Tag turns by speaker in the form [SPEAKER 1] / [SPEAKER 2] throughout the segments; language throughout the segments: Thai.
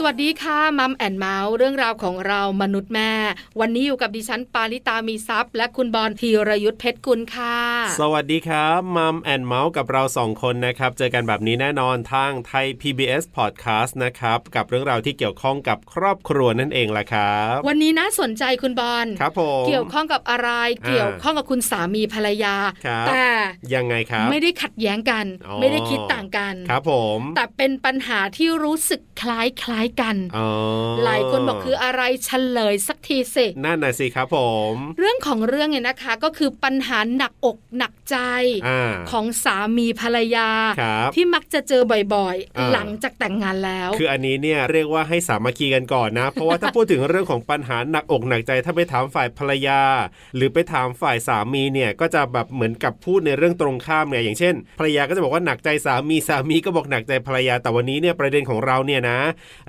[SPEAKER 1] สวัสดีค่ะมัมแอนเมาส์เรื่องราวของเรามนุษย์แม่ วันนี้อยู่กับดิฉันปาริตามีซัพย์ และคุณบอลธีรยุทธเพชรกุลค่ะ
[SPEAKER 2] สวัสดีครับมัมแอนเมาส์กับเราสองคนนะครับ เจอกันแบบนี้แน่นอนทางไทย PBS Podcast นะครับ กับเรื่องราวที่เกี่ยวข้องกับครอบครัวนั่นเองล่ะครับ
[SPEAKER 1] วันนี้น่าสนใจคุณบอล
[SPEAKER 2] ครับผม
[SPEAKER 1] เกี่ยวข้องกับอะไรเกี่ยวข้องกับคุณสามีภรรยา
[SPEAKER 2] ครับ
[SPEAKER 1] แต่
[SPEAKER 2] ยังไงครับ
[SPEAKER 1] ไม่ได้ขัดแย้งกัน
[SPEAKER 2] อ๋อ
[SPEAKER 1] ไม่ได้คิดต่างกัน
[SPEAKER 2] ครับผม
[SPEAKER 1] แต่เป็นปัญหาที่รู้สึกคล้ายคล้ายๆกัน
[SPEAKER 2] อ๋อ
[SPEAKER 1] หลายคนบอกคืออะไรเฉลยสักทีสิ
[SPEAKER 2] นั่นน่ะสิครับผม
[SPEAKER 1] เรื่องของเรื่องเนี่ยนะคะก็คือปัญหาหนักอกหนักใจ
[SPEAKER 2] อ่า
[SPEAKER 1] ของสามีภรรยา
[SPEAKER 2] ครับ
[SPEAKER 1] ที่มักจะเจอบ่อย
[SPEAKER 2] อ่า
[SPEAKER 1] ๆ หลังจากแต่งงานแล้ว
[SPEAKER 2] คืออันนี้เนี่ยเรียกว่าให้สามัคคีกันก่อนนะ เพราะว่าถ้าพูดถึงเรื่องของปัญหาหนักอกหนักใจถ้าไปถามฝ่ายภรรยา หรือไปถามฝ่ายสามีเนี่ยก็จะแบบเหมือนกับพูดในเรื่องตรงข้ามเนี่ยอย่างเช่น ภรรยาก็จะบอกว่าหนักใจสามีสามีก็บอกหนักใจภรรยาแต่วันนี้เนี่ยประเด็นของเราเนี่ยนะ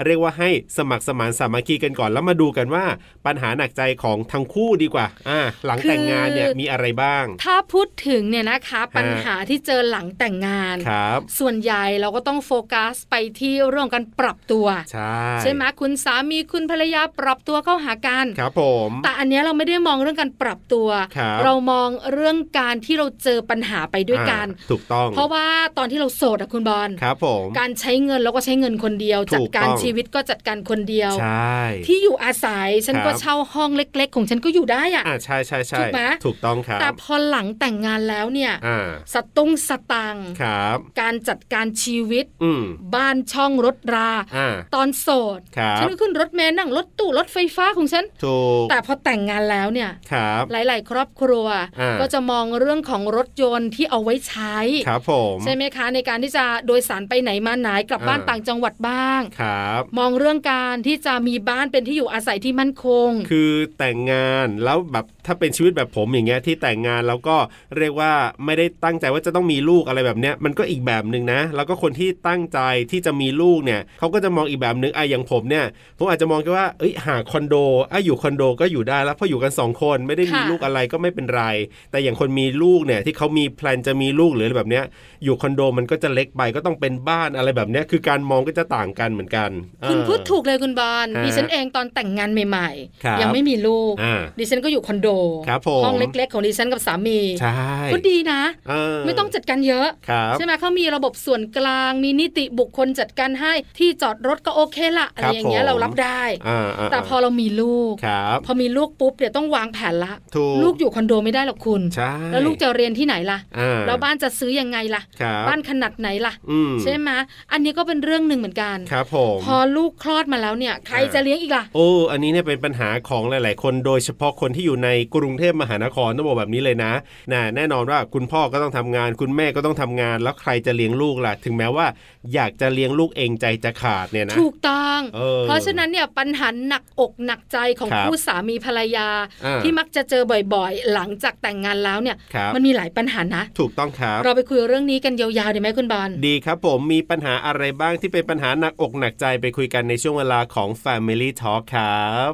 [SPEAKER 2] เรียกว่าให้สมัครสมานสามัคคีกันก่อนแล้วมาดูกันว่า ปัญหาหนักใจของทั้งคู่ดีกว่าอ่าหลังแต่งงานเนี่ย
[SPEAKER 1] คือ
[SPEAKER 2] มีอะไรบ้าง
[SPEAKER 1] ถ้าพูดถึงเนี่ยนะคะ ปัญหาที่เจอหลังแต่งงาน
[SPEAKER 2] ครับ
[SPEAKER 1] ส่วนใหญ่เราก็ต้องโฟกัสไปที่เรื่องการปรับตัว
[SPEAKER 2] ใช่
[SPEAKER 1] ใช่ไหมคุณสามีคุณภรรยาปรับตัวเข้าหากัน
[SPEAKER 2] ครับผม
[SPEAKER 1] แต่อันเนี้ยเราไม่ได้มองเรื่องการปรับตัว
[SPEAKER 2] ครับ
[SPEAKER 1] เรามองเรื่องการที่เราเจอปัญหาไปด้วยกัน
[SPEAKER 2] อ่าถูกต้อง
[SPEAKER 1] เพราะว่าตอนที่เราโสดอะคุณบอล
[SPEAKER 2] ครับผม
[SPEAKER 1] การใช้เงินเราก็ใช้เงินคนเดียว
[SPEAKER 2] ถู
[SPEAKER 1] จัด
[SPEAKER 2] ก
[SPEAKER 1] การ
[SPEAKER 2] ต้อง
[SPEAKER 1] ชีวิตก็จัดการคนเดียว
[SPEAKER 2] ใช่
[SPEAKER 1] ที่อยู่อาศัยฉัน
[SPEAKER 2] ครับ
[SPEAKER 1] ก็เช่าห้องเล็ก ๆ ของฉันก็อยู่ได้อะ
[SPEAKER 2] อ่าใช่ใช่ใช่
[SPEAKER 1] ถูกไหม
[SPEAKER 2] ถูกต้องครับ
[SPEAKER 1] แต่พอหลังแต่งงานแล้วเนี่ย
[SPEAKER 2] อ่า
[SPEAKER 1] สตุ้งสตังค์
[SPEAKER 2] ครับ
[SPEAKER 1] การจัดการชีวิต
[SPEAKER 2] อืม
[SPEAKER 1] บ้านช่องรถรา
[SPEAKER 2] อ่า
[SPEAKER 1] ตอนโสด
[SPEAKER 2] ครับ
[SPEAKER 1] ฉัก็ขึ้นรถเมล์นั่งรถตู้รถไฟฟ้าของฉัน
[SPEAKER 2] ถูก
[SPEAKER 1] แต่พอแต่งงานแล้วเนี่ย
[SPEAKER 2] ครับ
[SPEAKER 1] หลาย ๆ ครอบครัว
[SPEAKER 2] อ่า
[SPEAKER 1] ก็จะมองเรื่องของรถยนต์ที่เอาไว้ใช้
[SPEAKER 2] ครับผม
[SPEAKER 1] ใช่ไหมคะในการที่จะโดยสารไปไหนมาไหนกลับบ้านต่างจังหวัดบ้าง
[SPEAKER 2] ครับ
[SPEAKER 1] มองเรื่องการที่จะมีบ้านเป็นที่อยู่อาศัยที่มั่นคง
[SPEAKER 2] คือแต่งงานแล้วแบบถ้าเป็นชีวิตแบบผมอย่างเงี้ยที่แต่งงานแล้วก็เรียกว่าไม่ได้ตั้งใจว่าจะต้องมีลูกอะไรแบบเนี้ยมันก็อีกแบบหนึ่งนะ แล้วก็คนที่ตั้งใจที่จะมีลูกเนี่ยเขาก็จะมองอีกแบบหนึ่งไอ้อย่างผมเนี่ยผมอาจจะมองแค่ว่าเอ้ยหาคอนโดอ่ะอยู่คอนโดก็อยู่ได้แล้วเพราะอยู่กันสองคนไม่ได้มี
[SPEAKER 1] ค่ะ
[SPEAKER 2] ลูกอะไรก็ไม่เป็นไร แต่อย่างคนมีลูกเนี่ยที่เขามีแพลนจะมีลูกหรืออะไรแบบเนี้ยอยู่คอนโดมันก็จะเล็กไปก็ต้องเป็นบ้านอะไรแบบเนี้ยคือการมองก็จะต่างกันเหมือนกัน
[SPEAKER 1] คุณ
[SPEAKER 2] เออ
[SPEAKER 1] พูดถูกเลยคุณบอล
[SPEAKER 2] ฮะ
[SPEAKER 1] ดิฉันเองตอนแต่งงานใหม่
[SPEAKER 2] ครับ
[SPEAKER 1] ๆ ยัไม่มีลูก
[SPEAKER 2] อ่า
[SPEAKER 1] ดิฉันก็อยู่คอนโด
[SPEAKER 2] ครับผม
[SPEAKER 1] ห้องเล็กๆ ของดิฉันกับสามี
[SPEAKER 2] ใช่
[SPEAKER 1] ก็ดีนะ
[SPEAKER 2] เ
[SPEAKER 1] ไม่ต้องจัดการเยอะ
[SPEAKER 2] ครับ
[SPEAKER 1] ใช่ไหมเขามีระบบส่วนกลาง มีนิติบุคคลจัดการให้ ที่จอดรถก็โอเคละอะไร
[SPEAKER 2] ครับ
[SPEAKER 1] อย่างเงี้ย
[SPEAKER 2] ผม
[SPEAKER 1] เรารับได้
[SPEAKER 2] อ่าๆๆ
[SPEAKER 1] แต่พอเรามีลูก
[SPEAKER 2] ครับ
[SPEAKER 1] พอมีลูกปุ๊บเดี๋ยวต้องวางแผนละ
[SPEAKER 2] ถูก
[SPEAKER 1] ลูกอยู่คอนโดไม่ได้หรอกคุณ
[SPEAKER 2] ใช่
[SPEAKER 1] แล้วลูกจะเรียนที่ไหนล่ะ
[SPEAKER 2] อ่
[SPEAKER 1] แล้วบ้านจะซื้อยังไงล่ะ
[SPEAKER 2] ครับ
[SPEAKER 1] บ้านขนาดไหนล่ะ
[SPEAKER 2] อืม
[SPEAKER 1] ใช่ไหมอันนี้ก็เป็นเรื่องหนึ่งเหมือนกัน
[SPEAKER 2] ครับผม
[SPEAKER 1] พอลูกคลอดมาแล้วเนี่ย ใคร
[SPEAKER 2] อ่า
[SPEAKER 1] จะเลี้ยงอีกล่ะ
[SPEAKER 2] โอ้อันนี้เนี่ยเป็นปัญหาของหลาย ๆ คนโดยเฉพาะคนที่อยู่ในกรุงเทพมหานครต้องบอกแบบนี้เลยนะนะแน่นอนว่าคุณพ่อก็ต้องทำงาน คุณแม่ก็ต้องทำงาน แล้วใครจะเลี้ยงลูกล่ะ ถึงแม้ว่าอยากจะเลี้ยงลูกเองใจจะขาดเนี่ยนะ
[SPEAKER 1] ถูกต้อง
[SPEAKER 2] เออ
[SPEAKER 1] เพราะฉะนั้นเนี่ยปัญหาหนักอกหนักใจของ
[SPEAKER 2] ครับ
[SPEAKER 1] คู่สามีภรรยา
[SPEAKER 2] อ่า
[SPEAKER 1] ที่มักจะเจอบ่อยๆ หลังจากแต่งงานแล้วเนี่ย
[SPEAKER 2] ครับ
[SPEAKER 1] มันมีหลายปัญหานะ
[SPEAKER 2] ถูกต้องครับ
[SPEAKER 1] เราไปคุยเรื่องนี้กันยาวๆดีไหมคุณบอล
[SPEAKER 2] ดีครับผมมีปัญหาอะไรบ้างที่เป็นปัญหาหนักอกหนักใจไปคุยกันในช่วงเวลาของ Family Talk ครับ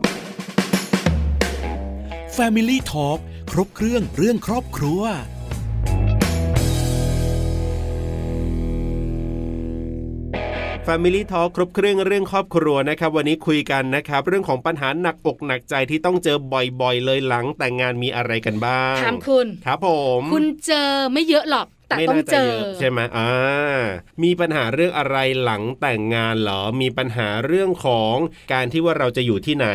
[SPEAKER 3] Family Talk ครบเครื่องเรื่องครอบครัว
[SPEAKER 2] f a m i l y ่ทอครบเครื่องเรื่องครอบครัวนะครับ วันนี้คุยกันนะครับ เรื่องของปัญหาหนักอกหนักใจที่ต้องเจอบ่อยๆ เลยหลังแต่งงานมีอะไรกันบ้าง
[SPEAKER 1] ถามคุณ
[SPEAKER 2] ครับผม
[SPEAKER 1] คุณเจอไม่เยอะหรอก แต่
[SPEAKER 2] ไม่
[SPEAKER 1] ต้อง
[SPEAKER 2] น่า
[SPEAKER 1] เจ
[SPEAKER 2] จะ
[SPEAKER 1] อ
[SPEAKER 2] เยอะใช่ไหมอ่ามีปัญหาเรื่องอะไรหลังแต่งงานเหรอ มีปัญหาเรื่องของการที่ว่าเราจะอยู่ ที่ไหน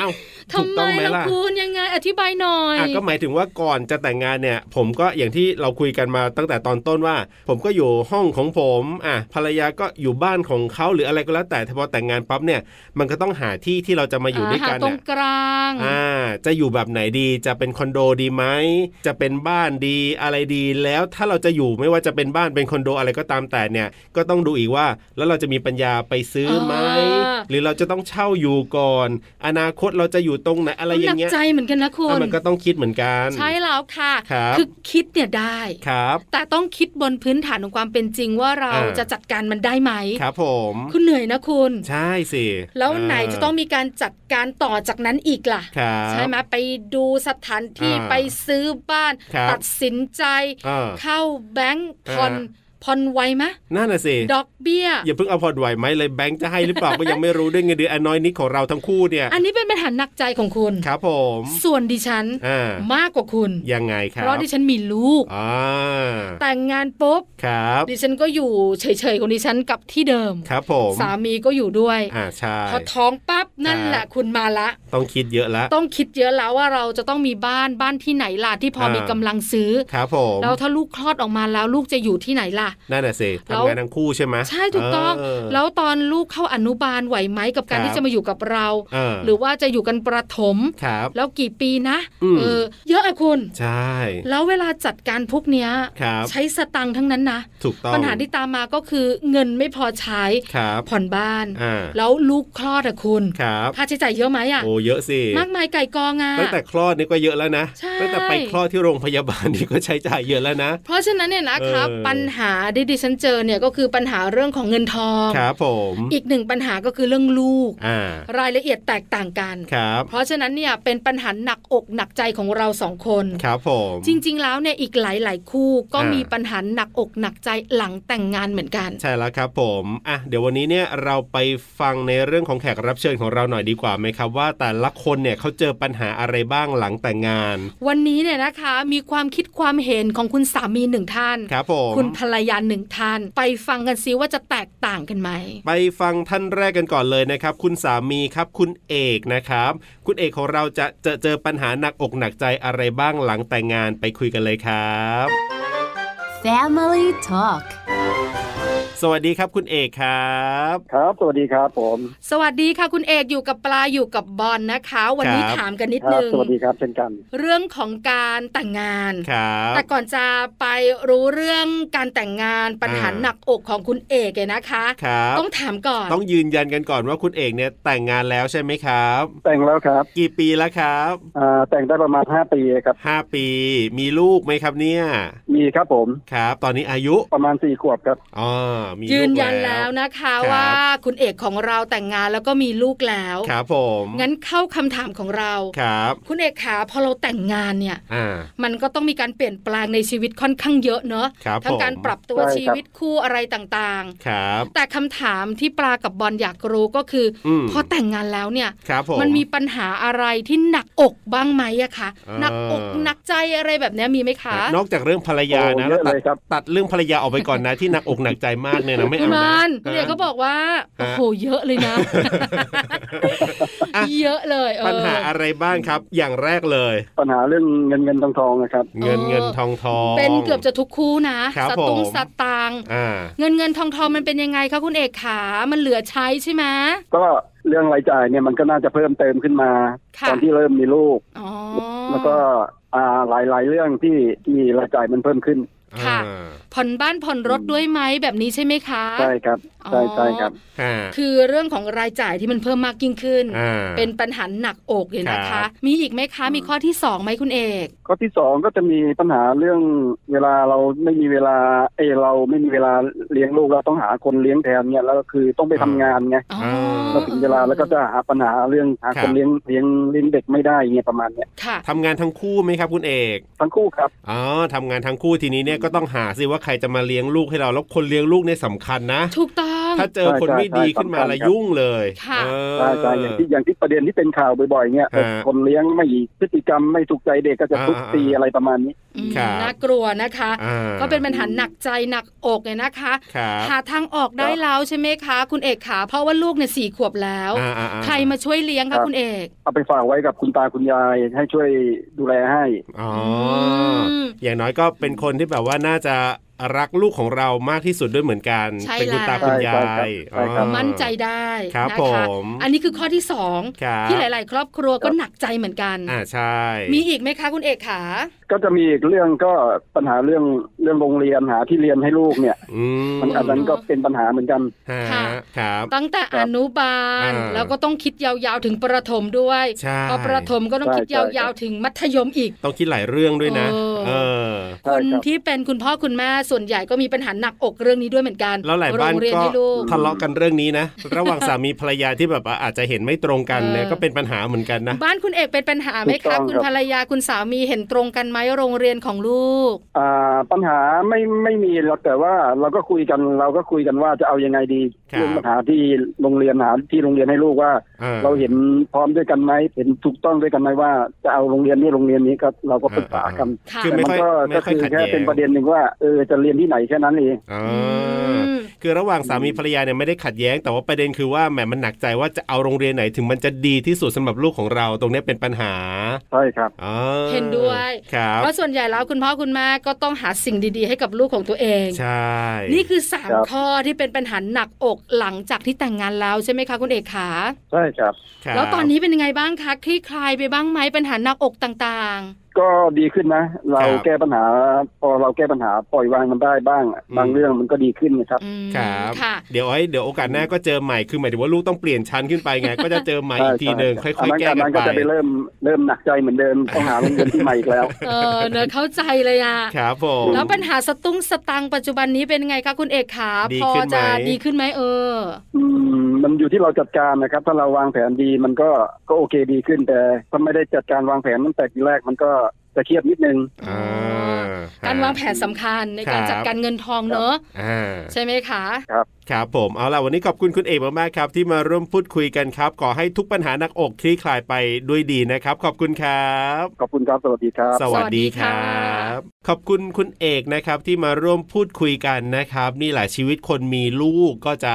[SPEAKER 2] เอ้าถู
[SPEAKER 1] ทำ
[SPEAKER 2] ก
[SPEAKER 1] ไม
[SPEAKER 2] ต้องไหม
[SPEAKER 1] ล่ะ
[SPEAKER 2] ล่ะ
[SPEAKER 1] คุณยังไงอธิบายหน่อย
[SPEAKER 2] อ่ะก็หมายถึงว่าก่อนจะแต่งงานเนี่ย ผมก็อย่างที่เราคุยกันมาตั้งแต่ตอนต้นว่า ผมก็อยู่ห้องของผมอ่ะภรรยาก็อยู่บ้านของเขาหรืออะไรก็แล้วแต่แต่พอแต่งงานปั๊บเนี่ย มันก็ต้องหาที่ที่เราจะมาอยู่ด้วยกัน
[SPEAKER 1] หาตรง
[SPEAKER 2] น่ะ
[SPEAKER 1] กลาง
[SPEAKER 2] อ่า จะอยู่แบบไหนดีจะเป็นคอนโดดีไหมจะเป็นบ้านดีอะไรดีแล้วถ้าเราจะอยู่ไม่ว่าจะเป็นบ้านเป็นคอนโดอะไรก็ตามแต่เนี่ย ก็ต้องดูอีกว่าแล้วเราจะมีปัญญาไปซื้อไหม
[SPEAKER 1] า
[SPEAKER 2] หรือเราจะต้องเช่าอยู่ก่อน อนาคตเราจะอยู่ อยู่ตรงไหนอะไรอ
[SPEAKER 1] ห
[SPEAKER 2] ย่า
[SPEAKER 1] นั
[SPEAKER 2] งเงี้ย
[SPEAKER 1] ใจเหมือนกันนะคุณ
[SPEAKER 2] อ่ะมันก็ต้องคิดเหมือนกัน
[SPEAKER 1] ใช่แล้วค่ะ
[SPEAKER 2] ครับ
[SPEAKER 1] อคิดเนี่ยได้
[SPEAKER 2] ครับ
[SPEAKER 1] แต่ต้องคิดบนพื้นฐานของความเป็นจริงว่าเรา
[SPEAKER 2] อ่า
[SPEAKER 1] จะจัดการมันได้ไหม
[SPEAKER 2] ครับผม
[SPEAKER 1] คุณเหนื่อยนะคุณ
[SPEAKER 2] ใช่สิ
[SPEAKER 1] แล้ว
[SPEAKER 2] อ่า
[SPEAKER 1] ไหนจะต้องมีการจัดการต่อจากนั้นอีกล่ะ
[SPEAKER 2] ครับ
[SPEAKER 1] ใช่ไหมไปดูสถานที่
[SPEAKER 2] อ่า
[SPEAKER 1] ไปซื้อบ้าน
[SPEAKER 2] ครับ
[SPEAKER 1] ตัดสินใจ
[SPEAKER 2] เออ
[SPEAKER 1] เข้าแบงค์ผ่อน
[SPEAKER 2] อ่า
[SPEAKER 1] ผ่อนไวไหม
[SPEAKER 2] นั่นน่ะสิ
[SPEAKER 1] ดอกเบี้ย
[SPEAKER 2] อย่าเพิ่งเอาพอดไหวไหมเลยแบงค์จะให้หรือเปล่า ก็ยังไม่รู้ด้วยเงินเดือนอันน้อยนิดของเราทั้งคู่เนี่ย
[SPEAKER 1] อันนี้เป็นปัญหาหนักใจของคุณ
[SPEAKER 2] ครับผม
[SPEAKER 1] ส่วนดิฉัน
[SPEAKER 2] อ่าม
[SPEAKER 1] ากกว่าคุณ
[SPEAKER 2] ยังไงครั
[SPEAKER 1] เพ
[SPEAKER 2] บ
[SPEAKER 1] ราะดิฉันมีลูก
[SPEAKER 2] อ่า
[SPEAKER 1] แต่งงานปุ๊บ
[SPEAKER 2] ครับ
[SPEAKER 1] ดิฉันก็อยู่เฉยๆของดิฉันกับที่เดิม
[SPEAKER 2] ครับผม
[SPEAKER 1] สามีก็อยู่ด้วย
[SPEAKER 2] อ่าใช่
[SPEAKER 1] พอท้องปั๊บนั่น
[SPEAKER 2] ครับ
[SPEAKER 1] แหละคุณมาละ
[SPEAKER 2] ต้องคิดเยอะละ
[SPEAKER 1] ต้องคิดเยอะแล้วว่าเราจะต้องมีบ้านบ้านที่ไหนล่ะที่พอ
[SPEAKER 2] อ่ามี
[SPEAKER 1] มีกำลังซื้อ
[SPEAKER 2] ครับผม
[SPEAKER 1] แล้วถ้าลูกคลอดออกมาแล้วลูกจะอยู่ที่ไหนล่ะ
[SPEAKER 2] นั่นน่ะสิ
[SPEAKER 1] แล้ว
[SPEAKER 2] ทำงานทั้งคู่ใช่ไหม
[SPEAKER 1] ใช่ถูกต้อง
[SPEAKER 2] เ
[SPEAKER 1] แล้วตอนลูกเข้าอนุบาลไหวไหมกับการ
[SPEAKER 2] ครับ
[SPEAKER 1] ที่จะมาอยู่กับเรา
[SPEAKER 2] เอ
[SPEAKER 1] หรือว่าจะอยู่กันประถม
[SPEAKER 2] ครับ
[SPEAKER 1] แล้วกี่ปีนะ
[SPEAKER 2] อืม
[SPEAKER 1] เออเยอะอะคุณ
[SPEAKER 2] ใช่
[SPEAKER 1] แล้วเวลาจัดการพวกเนี้ย
[SPEAKER 2] ครับ
[SPEAKER 1] ใช้สตังค์ทั้งนั้นนะ
[SPEAKER 2] ถูกต้อง
[SPEAKER 1] ปัญหาที่ตามมาก็คือเงินไม่พอใช้
[SPEAKER 2] ครับ
[SPEAKER 1] ผ่อนบ้าน
[SPEAKER 2] อ่า
[SPEAKER 1] แล้วลูกคลอดอะคุณ
[SPEAKER 2] ครับ
[SPEAKER 1] ค่าใช้จ่ายเยอะไหมอะ
[SPEAKER 2] โอ้เยอะสิ
[SPEAKER 1] มากมายไก่กองอะ
[SPEAKER 2] ตั้งแต่คลอดนี่ก็เยอะแล้วนะ
[SPEAKER 1] ใช่
[SPEAKER 2] ตั้งแต่ไปคลอดที่โรงพยาบาลนี่ก็ใช้จ่ายเยอะแล้วนะ
[SPEAKER 1] เพราะฉะนั้นเนี่ยนะครับ
[SPEAKER 2] เออ
[SPEAKER 1] ปัญหาที่ดิฉันเจอเนี่ยก็คือปัญหาเรื่องของเงินทอง
[SPEAKER 2] ครับผม
[SPEAKER 1] อีกหนึ่งปัญหาก็คือเรื่องลูก
[SPEAKER 2] อ่าร
[SPEAKER 1] ายละเอียดแตกต่างกัน
[SPEAKER 2] ครับ
[SPEAKER 1] เพราะฉะนั้นเนี่ยเป็นปัญหาหนักอกหนักใจของเราสองคน
[SPEAKER 2] ครับผม
[SPEAKER 1] จริง ๆ แล้วเนี่ยอีกหลาย ๆ คู่ก็
[SPEAKER 2] อ่ามี
[SPEAKER 1] มีปัญหาหนักอกหนักใจหลังแต่งงานเหมือนกัน
[SPEAKER 2] ใช่แล้วครับผมอ่ะเดี๋ยววันนี้เนี่ยเราไปฟังในเรื่องของแขกรับเชิญของเราหน่อยดีกว่าไหมครับ ว่าแต่ละคนเนี่ยเขาเจอปัญหาอะไรบ้างหลังแต่งงาน
[SPEAKER 1] วันนี้เนี่ยนะคะมีความคิดความเห็นของคุณสามีหนึ่งท่าน
[SPEAKER 2] ครับผม
[SPEAKER 1] คุณภรรยาหนึ่งท่าน ไปฟังกันซิว่าจะแตกต่างกันไหม
[SPEAKER 2] ไปฟังท่านแรกกันก่อนเลยนะครับ คุณสามีครับคุณเอกนะครับ คุณเอกของเราจะเจอเจอปัญหาหนักอกหนักใจอะไรบ้างหลังแต่งงานไปคุยกันเลยครับ
[SPEAKER 4] Family Talk
[SPEAKER 2] สวัสดีครับคุณเอกครับ
[SPEAKER 5] ครับ สวัสดีครับผม
[SPEAKER 1] สวัสดีค่ะคุณเอกอยู่กับปลาอยู่กับบอลนะคะ วันนี้
[SPEAKER 2] ครับ
[SPEAKER 1] ถามกันนิด
[SPEAKER 5] ครั
[SPEAKER 1] นึ
[SPEAKER 5] บ
[SPEAKER 1] ง
[SPEAKER 5] สวัสดีครับเช่นกัน
[SPEAKER 1] เรื่องของการแต่งงาน
[SPEAKER 2] ครับ
[SPEAKER 1] แต่ก่อนจะไปรู้เรื่องการแต่งงานปัญหา
[SPEAKER 2] อ่า
[SPEAKER 1] หนักอกของคุณเอกเนี่ยนะคะ
[SPEAKER 2] ครับ
[SPEAKER 1] ต้องถามก่อน
[SPEAKER 2] ต้องยืนยันกันก่อนว่าคุณเอกเนี่ยแต่งงานแล้วใช่ไหมครับ
[SPEAKER 5] แต่งแล้วครับ
[SPEAKER 2] กี่ปีแล้วครับ
[SPEAKER 5] อ่าแต่งได้ประมาณ 5 ปีครับ
[SPEAKER 2] ห้าปี มีลูกไหมครับเนี่ย
[SPEAKER 5] มีครับผม
[SPEAKER 2] ครับ ตอนนี้อายุ
[SPEAKER 5] ประมาณ 4 ขวบครับ
[SPEAKER 2] อ๋อมี
[SPEAKER 1] ยื
[SPEAKER 2] ลู
[SPEAKER 1] น
[SPEAKER 2] ก
[SPEAKER 1] ยัน
[SPEAKER 2] แล้
[SPEAKER 1] แล้ว
[SPEAKER 2] ว
[SPEAKER 1] นะคะ
[SPEAKER 2] ครับ
[SPEAKER 1] ว่าคุณเอกของเราแต่งงานแล้วก็มีลูกแล้ว
[SPEAKER 2] ครับผม
[SPEAKER 1] งั้นเข้าคำถามของเรา
[SPEAKER 2] ครับ
[SPEAKER 1] คุณเอกขาพอเราแต่งงานเนี่ย
[SPEAKER 2] อ่า
[SPEAKER 1] มันก็ต้องมีการเปลี่ยนแปลงในชีวิตค่อนข้างเยอะเนอะ
[SPEAKER 2] ครับ
[SPEAKER 1] ทั้ง
[SPEAKER 2] ผม
[SPEAKER 1] การปรับตัว
[SPEAKER 5] ใช่ครับ
[SPEAKER 1] ชีวิตคู่อะไรต่าง
[SPEAKER 2] ครับ
[SPEAKER 1] ๆ แต่คำถามที่ปลากับบอลอยากรู้ก็คืออ
[SPEAKER 2] ม
[SPEAKER 1] พอแต่งงานแล้วเนี่ย
[SPEAKER 2] ครับผม
[SPEAKER 1] มันมีปัญหาอะไรที่หนักอกบ้างไหมอะคะ
[SPEAKER 2] เออ
[SPEAKER 1] หนักอกหนักใจอะไรแบบเนี้ยมีไหมคะ
[SPEAKER 2] นอกจากเรื่องภรรยา
[SPEAKER 5] โอ้
[SPEAKER 2] นะ
[SPEAKER 5] เยอะ
[SPEAKER 2] ตัด
[SPEAKER 5] เลยครับ
[SPEAKER 2] ตัดเรื่องภรรยาออกไปก่อนนะ ที่หนักอกหนักใจมากเนี่ยนะไม่
[SPEAKER 1] คุณ
[SPEAKER 2] เอานะ
[SPEAKER 1] มานคุณเอก
[SPEAKER 2] ฮะ
[SPEAKER 1] ก็บอกว่าโอ้โหเยอะเลยนะ
[SPEAKER 2] อ่ะ
[SPEAKER 1] เยอะเลยเออ
[SPEAKER 2] ปัญหาอะไรบ้างครับ อย่างแรกเลย
[SPEAKER 5] ปัญหาเรื่องเงินเงินทองทองนะครับ
[SPEAKER 2] เงิน
[SPEAKER 1] เออ
[SPEAKER 2] เงินทองทอง
[SPEAKER 1] เป็นเกือบจะทุกคู่นะครับ สตุ้ง
[SPEAKER 2] ผม
[SPEAKER 1] สตางค์
[SPEAKER 2] อ่า
[SPEAKER 1] เงินเงินทองทองมันเป็นยังไงคะคุณเอกขา มันเหลือใช้ใช่ไหม
[SPEAKER 5] ก็เรื่องรายจ่ายเนี่ยมันก็น่าจะเพิ่มเติมขึ้นมา
[SPEAKER 1] ค่ะ
[SPEAKER 5] ตอนที่เริ่มมีลูก
[SPEAKER 1] อ๋อ
[SPEAKER 5] แล้วก็อ่าหลายๆเรื่องที่ที่รายจ่ายมันเพิ่มขึ้น
[SPEAKER 1] ค่ะ ผ่อนบ้านผ่อนรถด้วยไหมแบบนี้ใช่ไหมคะ
[SPEAKER 5] ใช่ครับ ใช่ใช่ครับ
[SPEAKER 2] อ่า
[SPEAKER 1] คือเรื่องของรายจ่ายที่มันเพิ่มมากยิ่งขึ้น
[SPEAKER 2] อ่า
[SPEAKER 1] เป็นปัญหาหนักอกเลยนะ
[SPEAKER 2] ครั
[SPEAKER 1] คะ
[SPEAKER 2] บ
[SPEAKER 1] มีอีกไหมคะ มีข้อที่สองไหมคุณเอก
[SPEAKER 5] ข้อที่สองก็จะมีปัญหาเรื่องเวลาเราไม่มีเวลาเอยเราไม่มีเวลาเลี้ยงลูกเราต้องหาคนเลี้ยงแทนเนี่ยแล้วก็คือต้องไปทำงานไง
[SPEAKER 1] อ๋อ
[SPEAKER 5] พอถึงเวลาแล้วก็จะหาปัญหาเรื่องหา
[SPEAKER 2] ครั
[SPEAKER 5] ค
[SPEAKER 2] บ
[SPEAKER 5] นเลี้ยงเลี้ยงเลี้ยงเด็กไม่ได้เงี้ยประมาณเนี้ย
[SPEAKER 1] ค่ะ
[SPEAKER 2] ทำงานทั้งคู่ไหมครับ คุณเอก
[SPEAKER 5] ทั้งคู่ครับ
[SPEAKER 2] อ๋อทำงานทั้งคู่ทีนี้เนี่ยก็ต้องหาสิว่าใครจะมาเลี้ยงลูกให้เราแล้วคนเลี้ยงลูกเนี่ยสำคัญนะ
[SPEAKER 1] ถูกต้อง
[SPEAKER 2] ถ้าเจอคนไม่ดีขึ้นมาละยุ่งเลย
[SPEAKER 1] ค่ะ
[SPEAKER 2] เออ
[SPEAKER 5] ใช่ใช่อย่างที่อย่างที่ประเด็นที่เป็นข่าวบ่อยๆเงี้ย
[SPEAKER 2] ฮะ
[SPEAKER 5] คนเลี้ยงไม่พฤติกรรมไม่ถูกใจเด็กก็จะทุบตี
[SPEAKER 2] อ่าๆๆ
[SPEAKER 5] อะไรประมาณนี้
[SPEAKER 1] อืม
[SPEAKER 2] ครับ
[SPEAKER 1] น่ากลัวนะคะ
[SPEAKER 2] อ่า
[SPEAKER 1] ก็เป็นปัญหาหนักใจหนักอกเนี่ยนะคะ
[SPEAKER 2] ครับ
[SPEAKER 1] หาทางออกได้
[SPEAKER 5] ครับ
[SPEAKER 1] แล้วใช่ไหมคะ คุณเอกขาเพราะว่าลูกเนี่ยสี่ขวบแล้ว
[SPEAKER 2] อ่าอ่าอ่า
[SPEAKER 1] ใครมาช่วยเลี้ยง
[SPEAKER 5] ครั
[SPEAKER 1] คะ
[SPEAKER 5] บ
[SPEAKER 1] คุณเอก
[SPEAKER 5] เอาไปฝากไว้กับคุณตาคุณยายให้ช่วยดูแลให้
[SPEAKER 2] อ๋ออ
[SPEAKER 1] ม
[SPEAKER 2] อย่างน้อยก็เป็นคนที่แบบว่าน่าจะรักลูกของเรามากที่สุดด้วยเหมือนกัน
[SPEAKER 1] ใช่
[SPEAKER 2] เป็นคุณ
[SPEAKER 1] แล้ว
[SPEAKER 2] ตาคุณยา
[SPEAKER 5] ใช่ครั
[SPEAKER 2] ย
[SPEAKER 5] บใช่ครับ
[SPEAKER 2] อ๋อ
[SPEAKER 1] มั่นใจได้
[SPEAKER 2] ครับ
[SPEAKER 1] นะ
[SPEAKER 2] ผ
[SPEAKER 1] คะ
[SPEAKER 2] ม
[SPEAKER 1] อันนี้คือข้อที่สอง
[SPEAKER 2] ครับ
[SPEAKER 1] ที่หลาย ๆ ครอบครัวก็
[SPEAKER 5] ครับ
[SPEAKER 1] หนักใจเหมือนกัน
[SPEAKER 2] อ่าใช่
[SPEAKER 1] มีอีกไหมคะคุณเอกขา
[SPEAKER 5] ก็จะมีอีกเรื่องก็ปัญหาเรื่องเรื่องโรงเรียนหาที่เรียนให้ลูกเนี่ย
[SPEAKER 2] อืม
[SPEAKER 5] มันอันนั้นก็เป็นปัญหาเหมือนกัน
[SPEAKER 2] ฮะ
[SPEAKER 1] ค่ะ
[SPEAKER 2] ครับ
[SPEAKER 1] ตั้งแต่อนุบาล
[SPEAKER 2] อ่า
[SPEAKER 1] แล้วก็ต้องคิดยาวๆถึงประถมด้วย
[SPEAKER 2] ใช่
[SPEAKER 1] พอประถมก็ต้องคิด
[SPEAKER 5] ใช่
[SPEAKER 1] ย
[SPEAKER 5] ใช่
[SPEAKER 1] าวๆถึงมัธยมอีก
[SPEAKER 2] ต้องคิดหลายเรื่องด้วยนะ
[SPEAKER 1] เออ
[SPEAKER 2] เออ
[SPEAKER 1] ค
[SPEAKER 5] ใช่
[SPEAKER 1] น
[SPEAKER 5] ครับ
[SPEAKER 1] ที่เป็นคุณพ่อคุณแม่ส่วนใหญ่ก็มีปัญหาหนักอกเรื่องนี้ด้วยเหมือนกัน
[SPEAKER 2] แล้วหลายบ้าน
[SPEAKER 1] โรงเรียน
[SPEAKER 2] ก็
[SPEAKER 1] ให้ลูก
[SPEAKER 2] ทะเลาะกันเรื่องนี้นะ ระหว่างสามีภรรยาที่แบบว่าอาจจะเห็นไม่ตรงกันเนี่ย
[SPEAKER 1] เออ
[SPEAKER 2] ก็เป็นปัญหาเหมือนกันนะ
[SPEAKER 1] บ้านคุณเอกเป็นปัญหาไหม
[SPEAKER 5] ถูกต้
[SPEAKER 1] คะ
[SPEAKER 5] อง
[SPEAKER 1] คุณ
[SPEAKER 5] ครับ
[SPEAKER 1] ภรรยาคุณสามีเห็นตรงกันไหมโรงเรียนของลูก
[SPEAKER 5] อ่าปัญหาไม่ไม่มีหรอกแต่ว่าเราก็คุยกันเราก็คุยกันว่าจะเอายังไงดี
[SPEAKER 2] ครับ
[SPEAKER 5] เรื่องปัญหาที่โรงเรียนหาที่โรงเรียนให้ลูกว่า
[SPEAKER 2] ออ
[SPEAKER 5] เราเห็นพร้อมด้วยกันไหมเห็นถูกต้องด้วยกันไหมว่าจะเอาโรงเรียนนี้โรงเรียนนี้ก็เราก็ปรึกษากัน
[SPEAKER 1] ค่ะ
[SPEAKER 2] คือ
[SPEAKER 5] แต่
[SPEAKER 2] ไม่
[SPEAKER 5] มั
[SPEAKER 2] ค่อย
[SPEAKER 5] ก็
[SPEAKER 2] ไม่
[SPEAKER 5] ก็
[SPEAKER 2] ค่อย
[SPEAKER 5] คือ
[SPEAKER 2] ขัด
[SPEAKER 5] แค่
[SPEAKER 2] แย้ง
[SPEAKER 5] เป็นประเด็นหนึ่งว่าเออจะเรียนที่ไหนแค่นั้นเอง
[SPEAKER 2] อ่า
[SPEAKER 1] อืม
[SPEAKER 2] คือระหว่างสามีภรรยาเนี่ยไม่ได้ขัดแย้ง แต่ว่าประเด็นคือว่าแหมมันหนักใจว่าจะเอาโรงเรียนไหนถึงมันจะดีที่สุดสำหรับลูกของเราตรงเนี้ยเป็นปัญหา
[SPEAKER 5] ใช่ครับ
[SPEAKER 2] อ่า
[SPEAKER 1] เห็นด้วย
[SPEAKER 2] ครับ
[SPEAKER 1] เพราะส่วนใหญ่แล้วคุณพ่อคุณแม่ก็ต้องหาสิ่งดีๆ ให้กับลูกของตัวเอง
[SPEAKER 2] ใช่
[SPEAKER 1] นี่คือสาม
[SPEAKER 5] ครับ
[SPEAKER 1] ข้อที่เป็นปัญหาหนักอกหลังจากที่แต่งงานแล้วใช่ไหมคะคุณเอกขา
[SPEAKER 5] ใช่ครับ
[SPEAKER 2] ครับ
[SPEAKER 1] แล้วตอนนี้เป็นยังไงบ้างคะคลี่คลายไปบ้างไหมปัญหาหนักอกต่าง
[SPEAKER 5] ก็ดีขึ้นนะ เราแก้ปัญหา พอเราแก้ปัญหาปล่อยวางมันได้บ้าง บางเรื่องมันก็ดีขึ้นนะครับ
[SPEAKER 1] ๆอืม
[SPEAKER 2] ครับ
[SPEAKER 1] ค่ะ
[SPEAKER 2] เดี๋ยวไอ้เดี๋ยวโอกาสหน้าก็เจอใหม่คือหมายถึงว่าลูกต้องเปลี่ยนชั้นขึ้นไป ไงก็จะเจอใหม่อีกทีหนึ่งค่อยๆแก้กั
[SPEAKER 5] อั
[SPEAKER 2] น
[SPEAKER 5] นั้นก็
[SPEAKER 2] น
[SPEAKER 5] จะ
[SPEAKER 2] ไป
[SPEAKER 5] ไปเริ่มเริ่มหนักใจเหมือนเดิมต้องหาโรงเรียนที่ใหม่อีกแล้ว
[SPEAKER 1] เออเนอะเข้าใจเลยอะ
[SPEAKER 2] ครับผม
[SPEAKER 1] แล้วปัญหาสตุ้งสตังค์ปัจจุบันนี้เป็นยังไงคะคุณเอกขา
[SPEAKER 2] ดี
[SPEAKER 1] พอ
[SPEAKER 2] ขึ้นไหม
[SPEAKER 1] จะดีขึ้นไหมเออ
[SPEAKER 5] อืมมันอยู่ที่เราจัดการนะครับ ถ้าเราวางแผนดีมันก็ก็โอเคดีขึ้นแต่ถ้าไม่ได้จัดการวางแผนตั้งแต่ทีแรกมันก็จะเครียดนิดนึง
[SPEAKER 2] อ่า
[SPEAKER 1] การวางแผนสำคัญในการจัดการเงินทองเนอะ
[SPEAKER 2] อ่า
[SPEAKER 1] ใช่ไหมคะ
[SPEAKER 2] ครับผมเอาล่ะวันนี้ขอบคุณคุณเอกมากๆครับ ที่มาร่วมพูดคุยกันครับ ขอให้ทุกปัญหาหนักอกคลี่คลายไปด้วยดีนะครับ ขอบคุณครับ
[SPEAKER 5] ขอบคุณครับ สวัสดีครับ
[SPEAKER 2] สวัสดีค
[SPEAKER 1] สวั
[SPEAKER 2] รั
[SPEAKER 1] สดีค่ะ
[SPEAKER 2] บ ขอบคุณคุณเอกนะครับที่มาร่วมพูดคุยกันนะครับ นี่แหละชีวิตคนมีลูกก็จะ